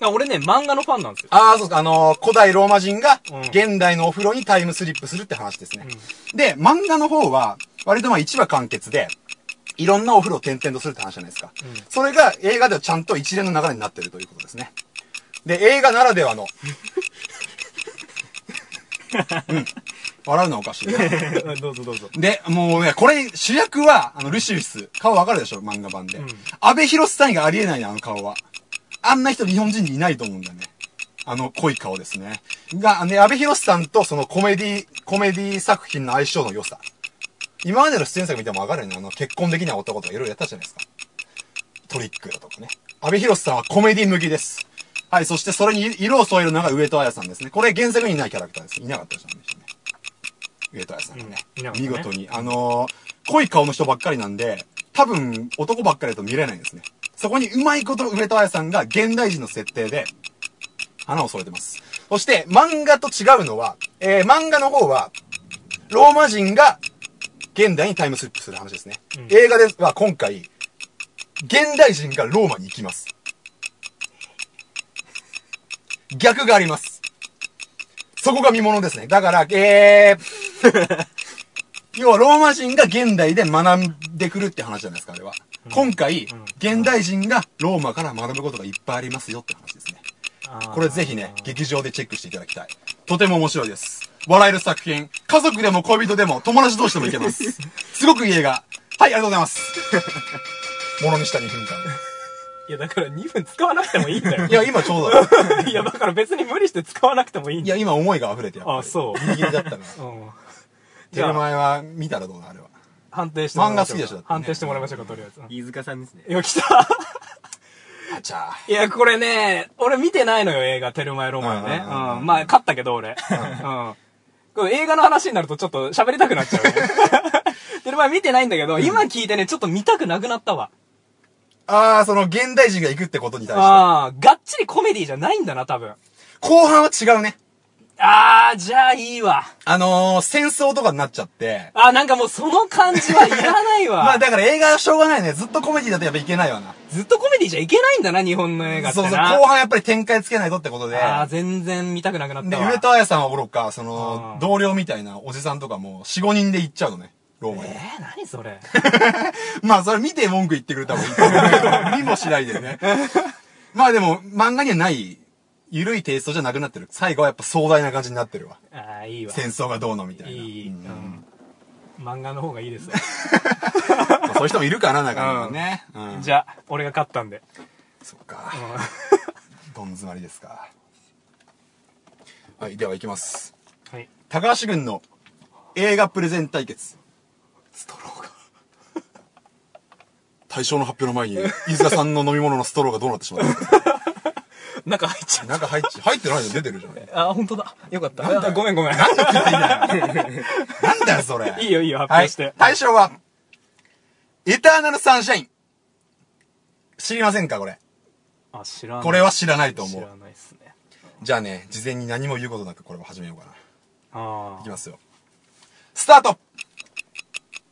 あ俺ね、漫画のファンなんですよ。
ああ、そうですか。あのー古代ローマ人が
うん、
現代のお風呂にタイムスリップするって話ですね。で、漫画の方は、割とまあ一話完結で、いろんなお風呂を転々とするって話じゃないですか。それが映画ではちゃんと一連の流れになってるということですね。で、映画ならでは の。うん。笑うのはおかしいな。
どうぞどうぞ。
で、もうね、これ、主役は、あの、ルシウス。顔わかるでしょ漫画版で。安倍博さんがありえないね、あの顔は。あんな人日本人にいないと思うんだよね。あの、濃い顔ですね。が、ね、安倍博さんとそのコメディ、コメディ作品の相性の良さ。今までの出演作見てもわかるよね。あの、結婚できない男とかいろいろやったじゃないですか。トリックだとかね。安倍博さんはコメディ向きです。はい、そしてそれに色を添えるのが上戸彩さんですね。これ原作にいないキャラクターです。いなかったじゃんでしたね。上戸彩さんがね。
うんいなかったね
見事に。あのー濃い顔の人ばっかりなんで、多分男ばっかりだと見れないんですね。そこにうまいこと上戸彩さんが現代人の設定で、花を添えてます。そして漫画と違うのは、えー、漫画の方は、ローマ人が現代にタイムスリップする話ですね。映画では今回、現代人がローマに行きます。逆があります。そこが見物ですね。だから、えー要はローマ人が現代で学んでくるって話じゃないですか、あれは。今回、現代人がローマから学ぶことがいっぱいありますよって話ですね。これぜひね、劇場でチェックしていただきたい。とても面白いです。笑える作品。家族でも恋人でも友達同士でもいけ ます。すごくいい映画。はい、ありがとうございます。ものにした2分間
いや、だから2分使わなくてもいいんだよ
で。い。や、今ちょうど だ。
いや、だから別に無理して使わなくてもいいん
い
だよ。
や、今思いが溢れてやっぱり
あそう
ギリギリだっ たな。
うん。
テレ前は見たらどうなあれは。
判定してもらいましょう
漫画好き
か
でしょだってね
判定してもらいましょうか、とりあえず。
飯塚さんですね。
いや、来た。
あちゃ
いや、これね、俺見てないのよ、映画、テルマエロマエね。
うんうんうんうん
うん。まあ、勝ったけど、俺。うん。これ映画の話になるとちょっと喋りたくなっちゃうね。 テルマエ見てないんだけど、今聞いてね、ちょっと見たくなくなったわ。
あ。あー、その現代人が行くってことに対して。
ああ、がっちりコメディじゃないんだな、多分。
後半は違うね。
ああ、じゃあいいわ。
あのー、戦争とかになっちゃって。
あーなんかもうその感じはいらない わ。
まあだから映画はしょうがないね。ずっとコメディだとやっぱいけないわな。
ずっとコメディじゃいけないんだな、日本の映画って
そう
な。
そう、後半やっぱり展開つけないとってことで。
ああ、全然見たくなくなっ
で、
たわ。
上戸彩さんはおろか、その
うん、
同僚みたいなおじさんとかも、4、5人で行っちゃうの ね。ローマに。
えー、何それ。
まあ、それ見て文句言ってくれた方 がいいと思うけど。見もしないでね。まあでも、漫画にはない、ゆるいテイストじゃなくなってる。最後はやっぱ壮大な感じになってるわ。
ああ、いいわ。
戦争がどうのみた
い
いな。
い、
うん
うん。漫画の方がいいです。
まあそういう人もいるから、なんかね。うん。
じゃあ、俺が勝ったんで。
そっか。どん詰まりですか。はい、では行きます。
はい。
高橋軍の映画プレゼン対決。ストロ ーが。対象の発表の前に、飯塚さんの飲み物のストローがどうなってしまったんですか
なんか入っちゃう。
なんか入っち、入ってないの出てるじゃない。
あ、本当だ。よかった。あごめんごめん。
なんだよ、それ。
いいよいいよ、発表して。
対象は、エターナルサンシャイン。知りませんか、これ。
あ、知らない。
これは知らないと思
知
う
ら。ないっすね。
じゃあね、事前に何も言うことなくこれを始めようかな。
あ
いきますよ。スタート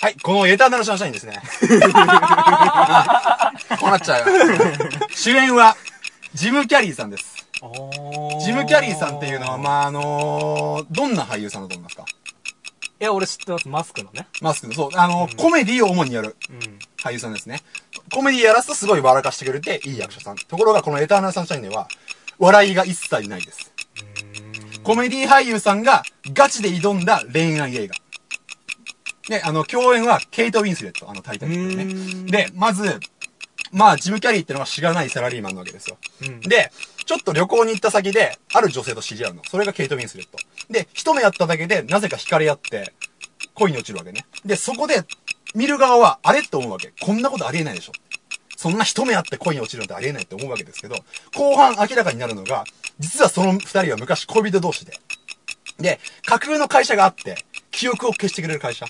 はい、このエターナルシャンシャインですね。 こうなっちゃうよ。主演は、ジム・キャリーさんです。
あ。お
ジム・キャリーさんっていうのは、まあ、あのーどんな俳優さんだと思いますか
いや、俺知ってます。マスクのね。
マスクの、そう、あのーコメディを主にやる
うん。
俳優さんですね。コメディやらすとすごい笑かしてくれて、いい役者さん。ところが、このエターナルサンシャインでは、笑いが一切ないです。コメディ俳優さんがガチで挑んだ恋愛映画。で、あの、共演はケイト・ウィンスレット、あの、タイタニックのね。で、まず、まあ、ジム・キャリーってのは知らないサラリーマンなわけですよ。で、ちょっと旅行に行った先で、ある女性と知り合うの。それがケイト・ウィンスレット。で、一目やっただけで、なぜか惹かれ合って、恋に落ちるわけね。で、そこで、見る側は、あれって思うわけ。こんなことありえないでしょ。そんな一目あって恋に落ちるなんてありえないって思うわけですけど、後半明らかになるのが、実はその二人は昔恋人同士で。で、架空の会社があって、記憶を消してくれる会社。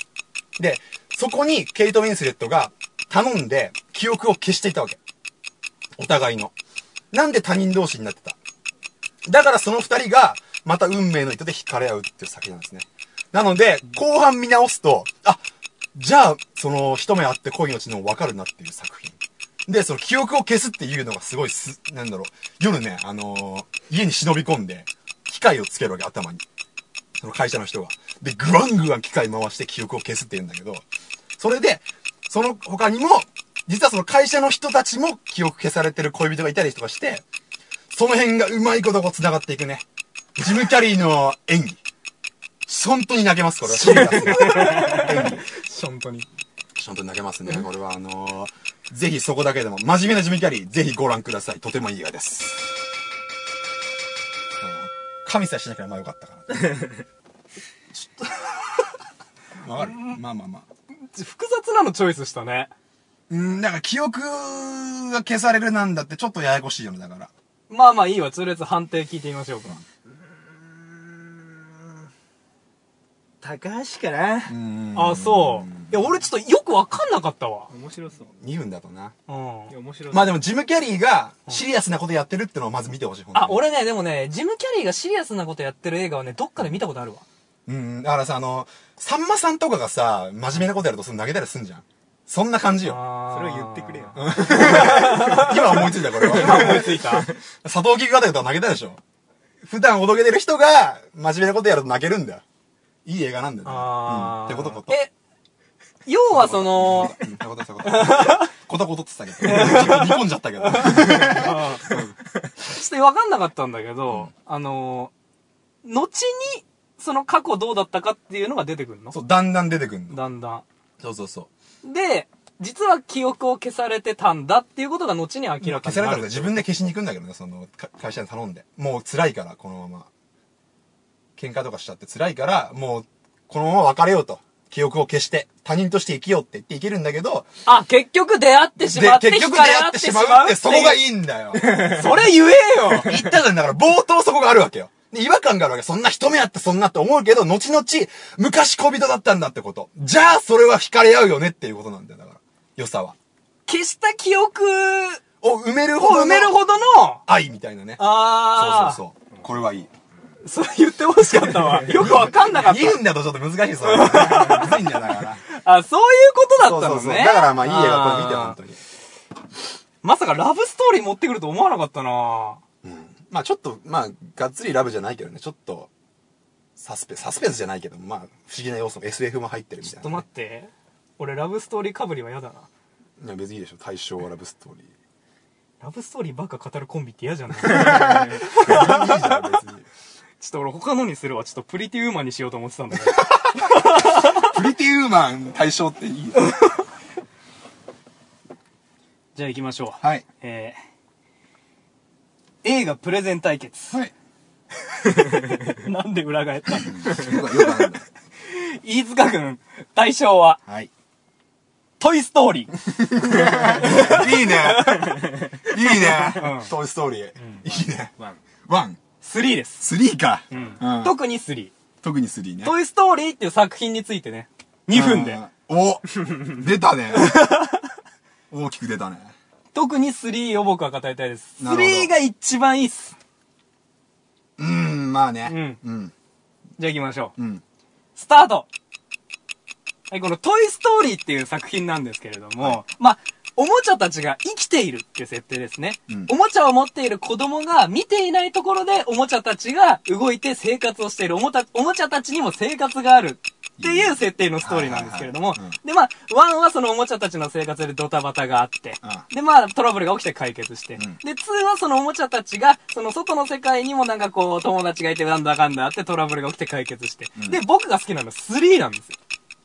で、そこにケイト・ウィンスレットが頼んで記憶を消していたわけ。お互いの。なんで他人同士になってただからその二人が、また運命の糸で惹かれ合うっていう先なんですね。なので、後半見直すと、あ、じゃあ、その、一目会って恋のうちのも分かるなっていう作品。で、その記憶を消すっていうのがすごいす、なんだろう、夜ね、あのー家に忍び込んで、機械をつけるわけ、頭に。その会社の人が。で、グワングワン機械回して記憶を消すって言うんだけど、それで、その他にも、実はその会社の人たちも記憶消されてる恋人がいたりとかして、その辺がうまいことこう繋がっていくね。ジム・キャリーの演技。本当に泣けます、これは。シーンがすごい
本当に。
本当に泣けますね。これはあのー、ぜひそこだけでも、真面目なジムキャリー、ぜひご覧ください。とてもいい映画です。うん神さえしなければまあよかったか な。ちょっと。わかるまあまあまあ。
複雑なのチョイスしたね。
うん、だから記憶が消されるなんだってちょっとややこしいよね、だから。
まあまあいいわ。とりあえず判定聞いてみましょうか。
高橋かな
うん。
あ、そう。いや、俺ちょっとよくわかんなかったわ。
面白そう。
2分だとな。
うん
いや、。面白そう。
まあでもジムキャリーがシリアスなことやってるってのをまず見てほしい。本当に
あ、俺ね、でもね、ジム・キャリーがシリアスなことやってる映画はね、どっかで見たことあるわ。
うん、だからさ、あの、さんまさんとかがさ、真面目なことやるとその投げたりすんじゃん。そんな感じよ。
あ
それを言ってくれよ。
今思いついた、これ
今
は。
思いついた。
佐藤菊方と投げたでしょ。普段おどけてる人が、真面目なことやると泣けるんだよ。いい映画なんだよね。
あ
うん。ってことこと。
え、要はその、
うんってことってこと。ことことって言って たけど。煮込んじゃったけど。
ちょっとわかんなかったんだけど、あのー、後に、その過去どうだったかっていうのが出てくるの
そう、だんだん出てくんの。
だんだ
そうそうそう。
ん。で、実は記憶を消されてたんだっていうことが後に明らかになる。
消されたら自分で消しに行くんだけどね、その、か会社に頼んで。もう辛いから、このまま。喧嘩とかしちゃって辛いから、もう、このまま別れようと。記憶を消して、他人として生きようって言って生きるんだけど、
あ、結局出会ってし
で
まっ、て、
結局出会ってしまうって、そこがい
い。
いんだよ。
それ言えよ
言ったじゃん、だから冒頭そこがあるわけよ。で、違和感があるわけ。そんな一目あってそんなって思うけど、後々、昔恋人だったんだってこと。じゃあ、それは惹かれ合うよねっていうことなんだよ、だから。良さは。
消した記憶
を埋める
を
ほど
埋める
の
ほどの、
愛みたいなね。そ
あ
う
あ、う
そうそう。これはいい。
そうそう。言ってほしかったわ。よくわかんなかっ
いいんだとちょっと 難しい、それ。むずいんだよ、だから。
た。あ、そういうことだったのね。
だからまあいい映画これ見て、
あー
本当に。
まさかラブストーリー持ってくると思わなかったな
まあちょっと、まあ、がっつりラブじゃないけどね、ちょっと、サスペ、サスペンスじゃないけど、まあ、不思議な要素も SF も入ってるみ
ち
た
ょ
い
っと
なね。
待って。俺ラブストーリーかぶりは嫌だな。
いや別にいいでしょ、対象はラブストーリー。
ラブストーリーばっか語るコンビって嫌じ ゃない
いいじゃん、 別に。
ちょっと俺他のにするわ。ちょっとプリティウーマンにしようと思ってたんだけど。
プリティウーマン対象っていいよ。
じゃあ行きましょう。
はい。
えー、映画プレゼン対決。
はい。
なんで裏返ったの
よくよくあるんだよ。
飯塚君、対象は、
はい。
トイストーリー。
いいね。いいね。トイストーリー。いいね。
ワン。
ワン。
3です。
スリーか。う
うん
ん
特に3。
特にスリーね。
トイストーリーっていう作品についてね、2分で
う。ん。お出たね。 大きく出たね。
特に3を僕は語りたいです。
なるほど
3が一番いいっす。
うん、まあね。うん。
じゃあ行きましょう。
うん。
スタートはい、このトイストーリーっていう作品なんですけれども、まあ、おもちゃたちが生きているっていう設定ですね、
うん
おもちゃを持っている子供が見ていないところでおもちゃたちが動いて生活をしているおもたおもちゃたちにも生活があるっていう設定のストーリーなんですけれども
はいはいはい、
で、まあ、ワンはそのおもちゃたちの生活でドタバタがあって、
う
で、まあ、トラブルが起きて解決して、
ん
で、ツーはそのおもちゃたちが、その外の世界にもなんかこう、友達がいてなんだかんだあってトラブルが起きて解決して、で、僕が好きなのは3なんですよ。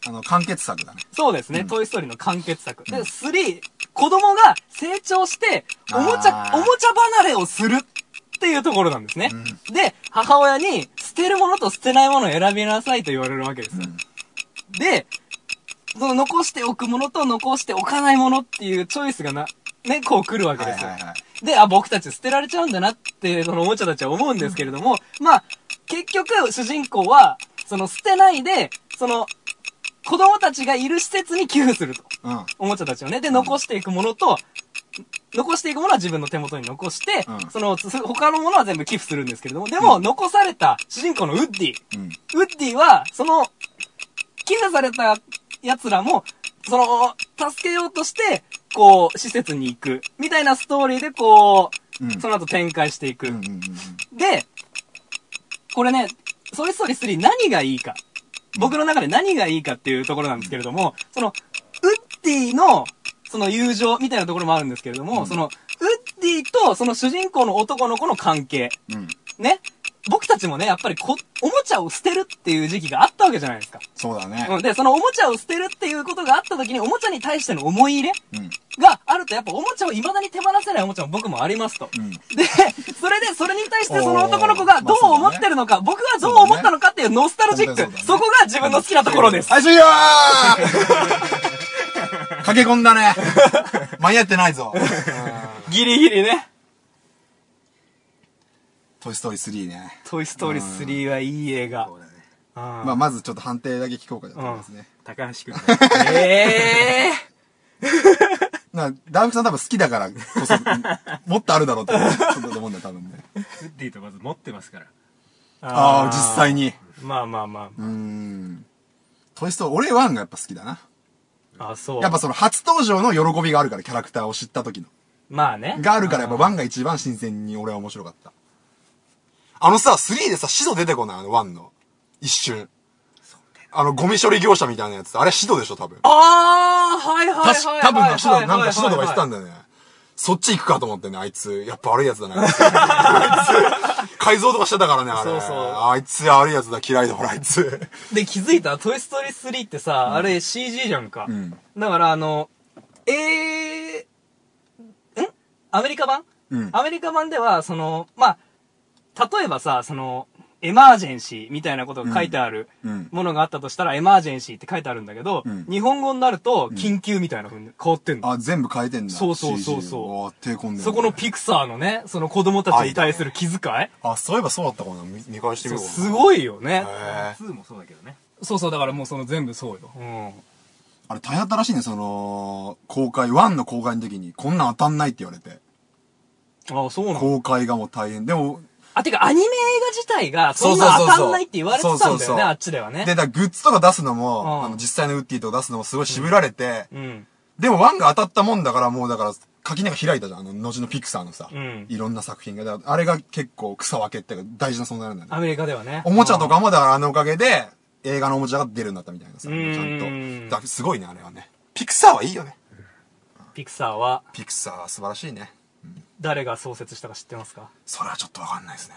あの、完結作だね。
そうですね、トイストーリーの完結作。で、3、子供が成長して、おもちゃ
あ、ー
おもちゃ離れをするっていうところなんですね。で、母親に、捨てるものと捨てないものを選びなさいと言われるわけですよ。で、その残しておくものと残しておかないものっていうチョイスがな、ね、こう来るわけ
はい
ですよ。
はいはい。
で、あ、僕たち捨てられちゃうんだなって、そのおもちゃたちは思うんですけれども、まあ、結局、主人公は、その捨てないで、その、子供たちがいる施設に寄付すると。
うん。
おもちゃたちをね。で、残していくものと、残していくものは自分の手元に残して、
うん
その、つ他のものは全部寄付するんですけれども、でも、残された主人公のウッディ、
うん。
ウッディは、その、寄付された奴らも、その、助けようとして、こう、施設に行く。みたいなストーリーで、こう、
うん
その後展開していく。
うんうんうん
で、これね、ソイストーリー3何がいいか。僕の中で何がいいかっていうところなんですけれども、その、ウッディの、その友情みたいなところもあるんですけれども、その、ウッディとその主人公の男の子の関係。
うん。うん。
ね、僕たちもね、やっぱりこ、おもちゃを捨てるっていう時期があったわけじゃないですか。
そうだね。
うん。で、そのおもちゃを捨てるっていうことがあった時に、おもちゃに対しての思い入れ
うん。
があると、やっぱおもちゃを未だに手放せないおもちゃも僕もありますと。
うん
で、それで、それに対してその男の子が
おー
どう思ってるのか、僕はどう思ったのかっていうノスタルジック、
そうだね
そこが自分の好きなところです。
はい、終了 駆け込んだね。間に合ってないぞ。
ギリギリね。
トイストーリー3ね。
トイストーリー3はいい映画。
まあ、まずちょっと判定だけ聞こうかと思いますね。
高橋君。
ええ
な、ダークさん多分好きだからこそ、もっとあるだろうって思うと思うんだよ、多分 ね。
ウッディとまず持ってますから。
ああ、実際に。
ー。まあまあま
うーん。トイストーリー、俺1がやっぱ好きだな。
あ。あ、そう。
やっぱその初登場の喜びがあるから、キャラクターを知った時の。
まあね。
があるから、やっぱ1が一番新鮮に俺は面白かった。あのさ、3でさ、シド出てこないあの1の。一瞬。あの、ゴミ処理業者みたいなやつ。あれシドでしょ、多分。
あー、はいはいはい
確
はい。
か、多分な、シド、なんかシドとか言ってた
だ。
んだよね。そっち行くかと思ってね、あいつ。やっぱ悪いやつ だね。あいつ改造とかしてたからね、あれ。
そうそう
あいつ悪いやつだ、嫌いだ、俺、あいつ。
で、気づいたトイストーリー3ってさ、あれ CG じゃんか。
ん
だから、あの、えー、んアメリカ版、
うん
アメリカ版では、その、まあ、例えばさ、その、エマージェンシーみたいなことが書いてある
うん
ものがあったとしたら、エマージェンシーって書いてあるんだけど、
ん
日本語になると、緊急みたいな風に変わってんの。
あ、全部変えてんだ。
そうそうそうそう
CG をあ手込んでるね
そこのピクサーのね、その子供たちに対する気遣い
あ、そういえばそうだったかな。見見返してみようかな。
すごいよね。
へー
2もそうだけどね。
そうそう、だからもうその全部そうよ。うん。
あれ大変だったらしいね、その、公開、1の公開の時に、こんなん当たんないって言われて。
ああ、そうなの
公開がもう大変。でも、
あ、てか、アニメ映画自体が、そんな当たんないって言われてたんだよね、
そうそうそう
あっちでは
で、
ね
だ。からグッズとか出すの
うん
も、あの、実際のウッディとか出すのもすごい渋られて、
うん。
でも1が当たったもんだから、もうだから、垣根が開いたじゃん。あの、後のピクサーのさ、
ん
いろんな作品が。だからあれが結構草分けっていうか大事な存在なんだよね。
アメリカではね。
おもちゃとかもだからあのおかげで、映画のおもちゃが出るようになったみたいなさ、ちゃ
ん
んと。だからすごいね、あれはね。ピクサーはいいよね。
ピクサーは、
ピクサーは素晴らしいね。
誰が創設したか知ってますか
それはちょっとわかんないですね。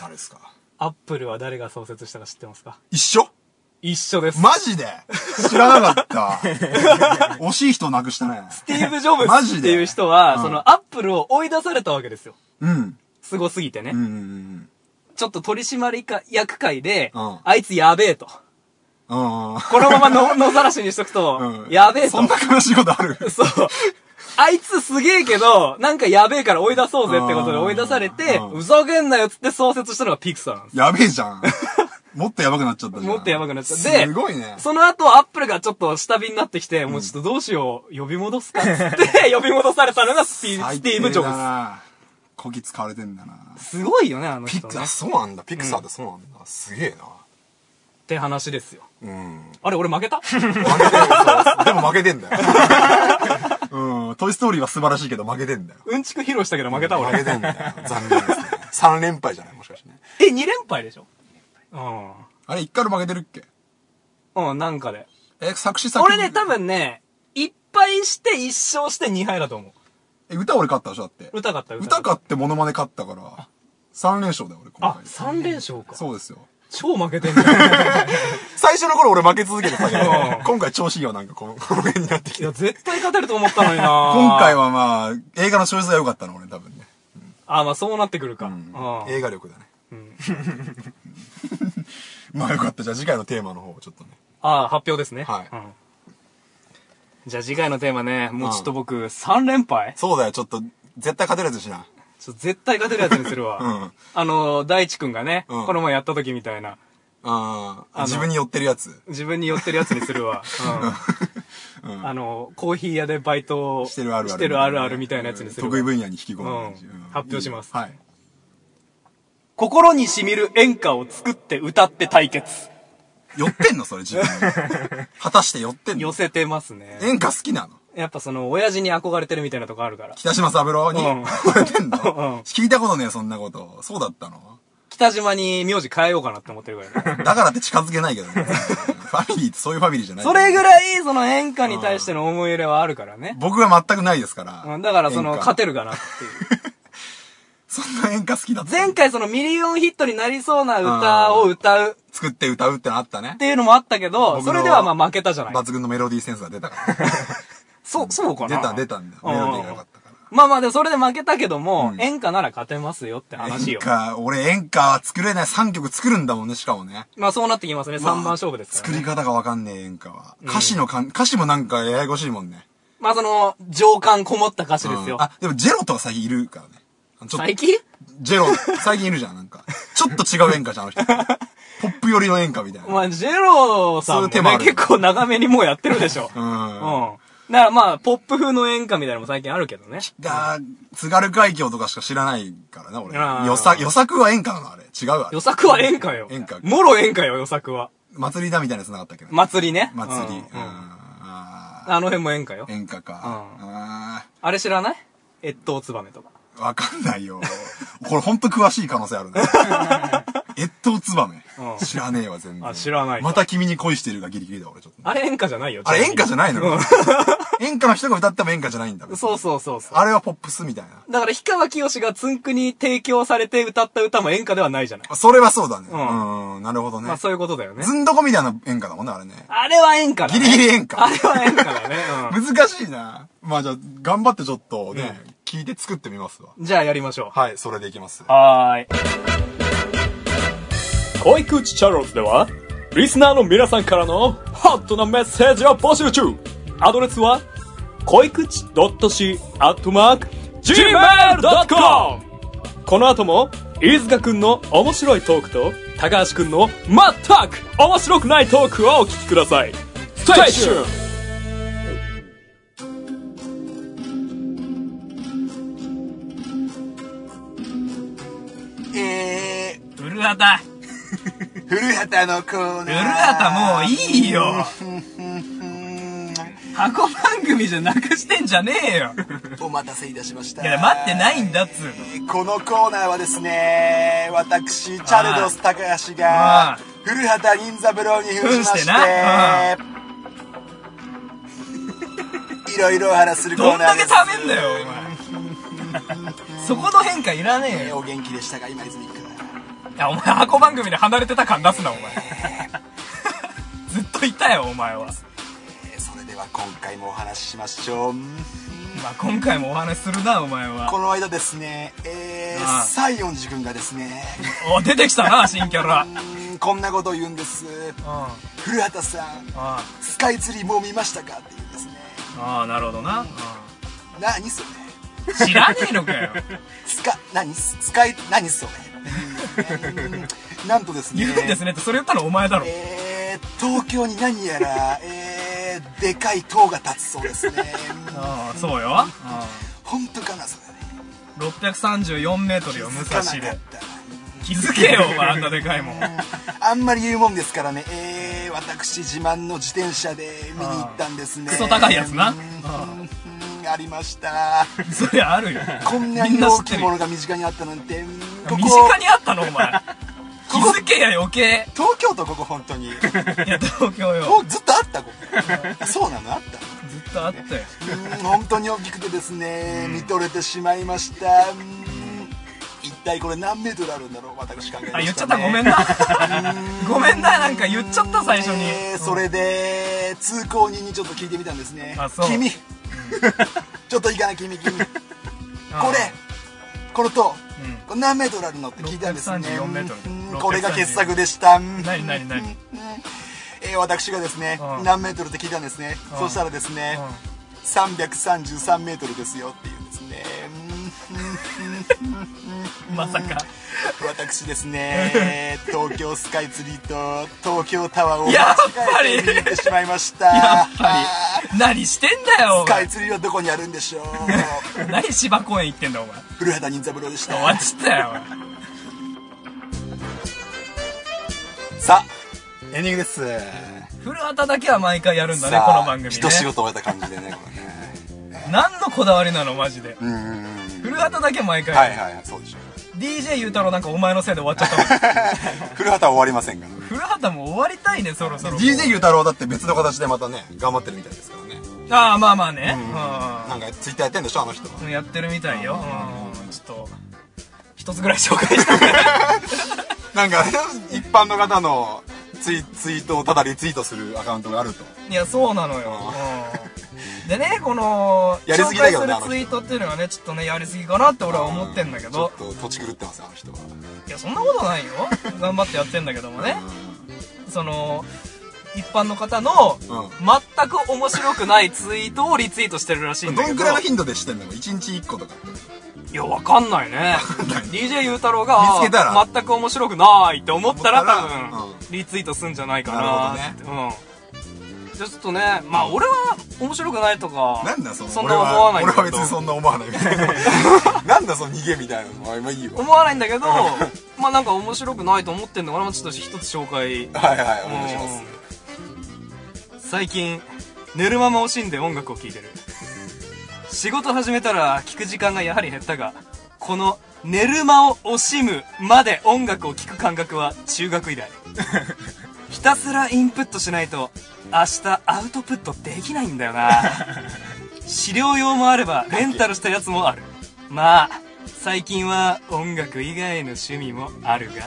誰ですか
アップルは誰が創設したか知ってますか
一緒
一緒です。
マジで知らなかった。 惜しい人をなくしたね。
スティーブ・ジョブ
マ
ズ
ジ
っ
で
ていう人は、
うん
その、アップルを追い出されたわけですよ。
うん。
すごすぎてね。
うんうんうん。
ちょっと取締役会で、
うん
あいつやべえと。
うんうん。
このままの野ざらしにしとくと、
うん
やべえと。
そんな悲しいことある
そう。あいつすげえけど、なんかやべえから追い出そうぜってことで追い出されて
う、ん
ふざけんなよっつって創設したのがピクサーなんです。
やべえじゃん。もっとやばくなっちゃったじゃん。
もっとやばくなっちゃうです
ごいね。
その後、アップルがちょっと下火になってきて、もうちょっとどうしよう、呼び戻すかっつって、 呼び戻されたのがスピスティーブ・ジョブ
ブズ。こき使われてんだな。
ズ。すごいよね、あの
ピ
人ね。
ク、あ、
っ
そうなんだ。ピクサーってそうなんだ。すげえな。
て話ですよ。
うん。
あれ、俺負 けた
負けてるそうでも負けてんだよ。うん。トイストーリーは素晴らしいけど負けてんだよ。
うんちく披露したけど負けた
負け
俺。
てんだよ。残念ですね。3連敗じゃないもしかしてね。
え、2連敗でしょう
あれ、1回で負けてるっけ
ん。うん、なんかで。
え、作詞作
俺ね、多。分ね、いっぱいして1勝して2敗だと思
え、歌俺勝ったでしょだって。
う。歌かった、
歌
っ
勝ってモノマネ勝ったから、3連勝だよ、俺、今
あ
回、。
3連勝か。
そうですよ。
超負けてん じゃん。
最初の頃俺負け続けてたけど
うん、
今回調子いいよ、なんかこの、 この辺になってき
い
て。
や、絶対勝てると思ったのにな
今回
は。
はまあ、映画の勝率が良かったの、俺、多分ね。
あ、まあそうなってくるか。う
うん
ん
映画力だね。 まあよかった。じゃあ次回のテーマの方をちょっとね。
ああ、発表ですね。
はい
うんじゃあ次回のテーマね、もうちょっと僕、3連敗
そうだよ、ちょっと、絶対勝てるやつにしな。
ちょっと絶対勝てるやつにするわ。
うん
あの、大地くんがね、
うん
この前やった時みたいな、
あ
の
あ、自分に寄ってるやつ。
自分に寄ってるやつにするわ。うん。あの、コーヒー屋でバイトを
してるあるある。
してるあるあるみたいなやつにするわ。
得意分野に引き込む感じ、
うん発表します
はい。
心に染みる演歌を作って歌って対決。
寄ってんのそれ、自分 に。果たして寄ってん
寄
の
せてますね。
演歌好きなの
やっぱその、親父に憧れてるみたいなとこあるから。
北島三郎に
うん
言われてんの、
ん
聞いたことねえ、そんなこと。そうだったの
北島に名字変えようかなって思ってるから、ね。
だからって近づけないけどね。ファミリーってそういうファミリーじゃない
それぐ
い。
らい、その演歌に対しての思い入れはあるからね。
僕は全くないですから。
うん、だからその、
演歌
勝てるかなっていう。
そんな演歌好きだった。
前回そのミリオンヒットになりそうな歌を歌う
作って歌うってのあったね
っ。ていうのもあったけど、
僕の
それではまあ負けたじゃない。
抜群のメロディーセンスが出た から。
そう、そうかな。
出た、出たんだよ。メロディーが良かったから。
まあまあでもそれで負けたけども、
うん
演歌なら勝てますよって話
演
よ。
歌、俺演歌は作れない3曲作るんだもんね、しかもね。
まあそうなってきますね。3番勝負ですか
作
ら、
り
ね。
方がわかんねえ演歌は。歌詞のかん、歌詞もなんかややこしいもんね。
まあその、情感こもった歌詞ですよ
うん。あ、でもジェロとか最近いるからね。あのちょっと
最、近
ジェロ、最近いるじゃん、なんか。ちょっと違う演歌じゃん、あの 人。ポップ寄りの演歌みたいな。
まあジェロさ
そ
んも、
ういう手もあ
ね、
る
結構長めにもうやってるでし ょ。
うん。
うん。だからまあ、ポップ風の演歌みたいなのも最近あるけどね。
が、津軽海峡とかしか知らないからな、俺。
あー
よさ、よさくは演歌なの、あれ。違うわ
予。作は演歌よ。
演歌
もろ演歌よ、予作は。
祭りだみたいなやつなかったっけど。
祭りね。
祭り。
う
うんん
うん
あ
あの辺も演歌よ
ー。演歌か。あ
あれ知らない越冬燕とか。
ーわかんないよ。これほんと詳しい可能性ある ね。越冬ツバメ
うん。
知らねえわ、全然。
あ知らないか
また君に恋してるがギリギリだ、俺ちょっ と。
あれ演歌じゃないよ。
あれ演歌じゃないの
うん
か演歌の人が歌っても演歌じゃないんだ。
そうそうそうそう。
あれはポップスみたいな。
だから、氷川きよしがつんくに提供されて歌った歌も演歌ではないじゃない。
それはそうだね。うんん、なるほどね
まあ、。そういうことだよね
ず。んどこみたいな演歌だもんね、あれね。
あれは演歌だ、ね。
ギリギリ演歌
あれは演歌だね。
難しいな。まあじゃあ、頑張ってちょっとね、聞いて作ってみますわ。
うん。じゃあ、やりましょ
はい、それでいきます
う。。はーい。
恋口チャロルズでは、リスナーの皆さんからのホットなメッセージを募集中アドレスは、恋口 .c.gmail.com この後も、飯塚くんの面白いトークと、高橋くんの全く面白くないトークをお聞きください。ステイシュー
えー、
うるはた。
古畑のコーナー。
うるはたもういいよ。箱番組じゃなくしてんじゃねえよ。
お待たせいたしました。
いや、待ってないんだっつうの。
このコーナーはですね、私、チャルドス高橋
あ
が、
あ
古畑任三郎に扮しま
扮し
して
なあ
て、いろいろお話しするコ
ど
ー
ん
ナ
だ
ーで
け
す。
食べんだよ、お前。そこの変化いらねえ
えー
よ。
お元気でしたか、今泉君。
いや、お前、箱番組で離れてた感出すな、お前。 ずっといたよ、お前は。
えーそれでは今回もお話ししましょう。
まあ今回もお話しするな、お前は。
この間ですね、え
ああ
ー、西園寺君がですね、
お、出てきたな、新キャラ。うん。
うーんこんなことを言うんです。
あ
古畑さん、
あ、
スカイツリーもう見ましたかって言うんですね。
ああ、なるほどな。
何それ
うん知らねえのか よ。
スカ、何スカイ、何それうん なんとですね、
言うんですねって、それ言ったのお前だろ。
えー、東京に何やら、えー、でかい塔が建つそう ですね。うん
ああ、そうよ。
本当かな、それね。
634メートルよ、武蔵
つかなか
で
っ。た
気づけよ、お前、あんなでかいもん。
あんまり言うもんですからね、えー、私自慢の自転車で見に行ったんですね。
クソ高いやつな。
うんありました。
そりゃあるよ。
こんな
み
に
んな知
大
っ
き
て
い
る
も
よ
のが身近にあったなんて、うんここ、
身近にあったの、お前。気づけや、余計。
東京都ここ本当に。
いや、東京よ。
おずっとあった、ここ。 そうなのあった。
ずっとあったよ。
うん本当に大きくてですね、見とれてしまいました。うん一体これ何メートルあるんだろう、私考えました、ね。
あ、言っちゃった、ごめんな。ごめんな、なんか言っちゃった、最初
えー
に。
それで通行人にちょっと聞いてみたんですね
あそう
君ちょっといいかな君 君これこの塔
うん
これ何メートルあるのって聞いたんですね
634メートル
うんこれが傑作でした
何何何
えー私がですね
うん
何メートルって聞いたんですね
うん
そしたらですね333メートルですよっていうんですね
うん まさ か。
私ですね東京スカイツリーと東京タワーを
やっぱ
間
り
違えて見に行ってしまいました
やっぱり。何してんだよ、お
スカ
前
イ。ツリーはどこにあるんでしょう
何芝公園行ってんだ、お前。
古畑任三郎でした
終わっちゃったよ、お前。
さあエンディングです
古畑だけは毎回やるんだね、
さあ
この番組ね。
一仕事終えた感じでねこれね
何のこだわりなの、マジで。
うーん
古畑だけ毎回。
はいはいはいそうでしょ
DJ ゆうたろうなんかお前のせいで終わっちゃったもん。
古畑は終わりませんから
古畑も終わりたいね、そろそろ。
DJ ゆうたろうだって別の形でまたね頑張ってるみたいですからね
ああ、まあまあね。うん
なんかツイッターやってんでしょあの人は
うんやってるみたいよ。うんちょっと、一つぐらい紹介 して。
なんか一般の方のツイツイートをただリツイートするアカウントがあると
いや、そうなのよ。うんでね、この、
やりすぎ
紹
だけどね
介するツイートっていうのはね、ちょっとね、やりすぎかなって俺は思ってんだけ
ちょっ
ど、
と土地狂ってますよあの人はい
や、そんなこ とないよ。頑張ってやってんだけどもね。その、一般の方の、
う
全く面白くないツイートをリツイートしてるらしいんだ
ど
け
ん
ど
くらいの頻度でしてんの ?1 日1個とか
いやわかんないね DJ ゆうたろうが
見つけたら
あー全く面白くないって思ったら
思ったら
多分、
うん
リツイートすんじゃないか
な
な
るほ
うんじゃあちょっとねまあ俺は面白くないとか
なんだその
んな思わないん
俺
だ
は
け
俺は別
ど
にそんな思わないみたいななんだその逃げみたいなのまあまあいいよ
思わないんだけどまあなんか面白くないと思ってんのかなまあちょっと一つ紹介
はいはいお願いします
うん最近寝る間も惜しんで音楽を聴いてる仕事始めたら聴く時間がやはり減ったがこの寝る間を惜しむまで音楽を聴く感覚は中学 以来ひたすらインプットしないと明日アウトプットできないんだよな資料用もあればレンタルしたやつもあるまあ最近は音楽以外の趣味もあるが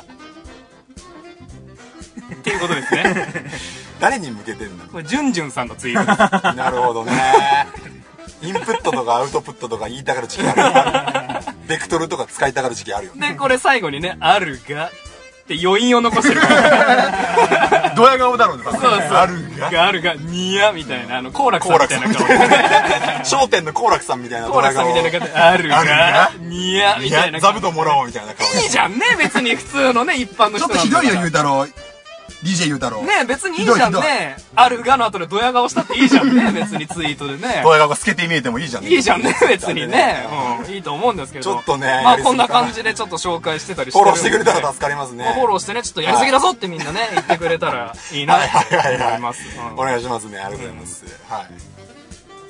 っていうことですね
誰に向けてんの
これ、ジュンジュンさんのツイートです。
なるほど ねインプットとかアウトプットとか言いたがる時期あ るよねベクトルとか使いたがる時期あるよね
で、これ最後にね、あるが、って余韻を残してるから。
ドヤ顔だろうねそうそうあるが
があるが、にや、みたいな、あの、好楽さんみたいな顔。
商店の好楽さんみたいな
好楽さんみたいな
顔
顔で、ある
あ
が
る、
にや、み
い
たい
や
な
座
顔。い
布団もらおうみたいな顔
いじゃんね、別に普通のね、一般の
ちょ
人
っとひどいよゆうたろう DJ ゆうたろう
ね別にいいじゃん
ひどいひ
ね。あるがの後でドヤ顔したっていいじゃんね、別にツイートでね
ド。ヤ顔が透けて見えてもいいじゃん
いいじゃんね、別にね。うん、いいと思うんですけど。
ちょっとね
ま
や
あ
りすぎ
こんな
かな
感じでちょっと紹介してたりし
フ
て
ォ
る
ロ
んで。
ーしてくれたら助かりますね
まあフォローしてね、ちょっとやりすぎだぞってみんなね、言ってくれたらいいなって思います。うん
お願いしますねありがとうございます、はい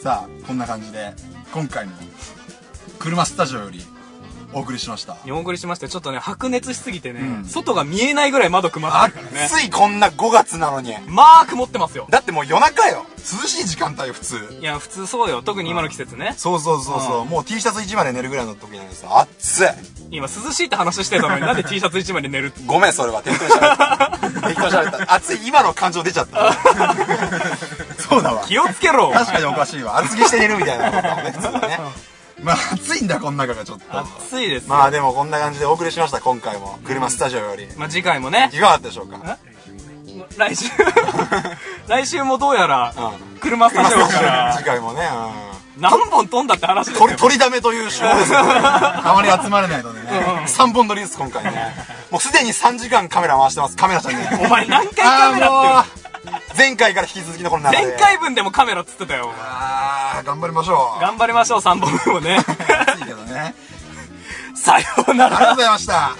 さあこんな感じで今回も車スタジオよりお送りしました
お送りしましたちょっとね、白熱しすぎてね、
ん
外が見えないぐらい窓 曇ってるからね。
暑いこんな5月なのに
まあ曇ってますよ。
だってもう夜中よ涼しい時間帯よ普通
いや、普通そうよ。特に今の季節ね。
そうそうそうそう、もう T シャツ1枚で寝るぐらいの時なのにさ暑い
今涼しいって話して たのになんで T シャツ1枚で寝るって。
ごめ んそれは適当にしゃべった適当にしゃべった暑い今の感情出ちゃったそそうだわ。
気をつけろ
確かにおかしいわ。厚着して寝るみたいなことだもんね、普通 にね。まあ、暑いんだ、この中がちょっと。
暑いです。ま
まあでもこんな感じでお送りしました、今回も。車スタジオより。い
あ次回もね、
かがだったでしょうか
来 週、来週もどうやら、
う
車スタジオから
次回もね、
何本飛んだって話
う
で
ん。
す
取
よ
り、取りだめという手法 ですよね。あまり集まれないのでね。3本撮りです、今回ね。もうすでに3時間カメラ回してます、カメラちゃんに。
お前何回カメラ
あ
っ
ーもう前回から引き続きのこの流
て、
れ
前回分でもカメラっつってたよ。お前
ああ頑張りましょう
頑張りましょう、3本分もね。
暑いけどね
さような
ありがと
ら
うご。ざいました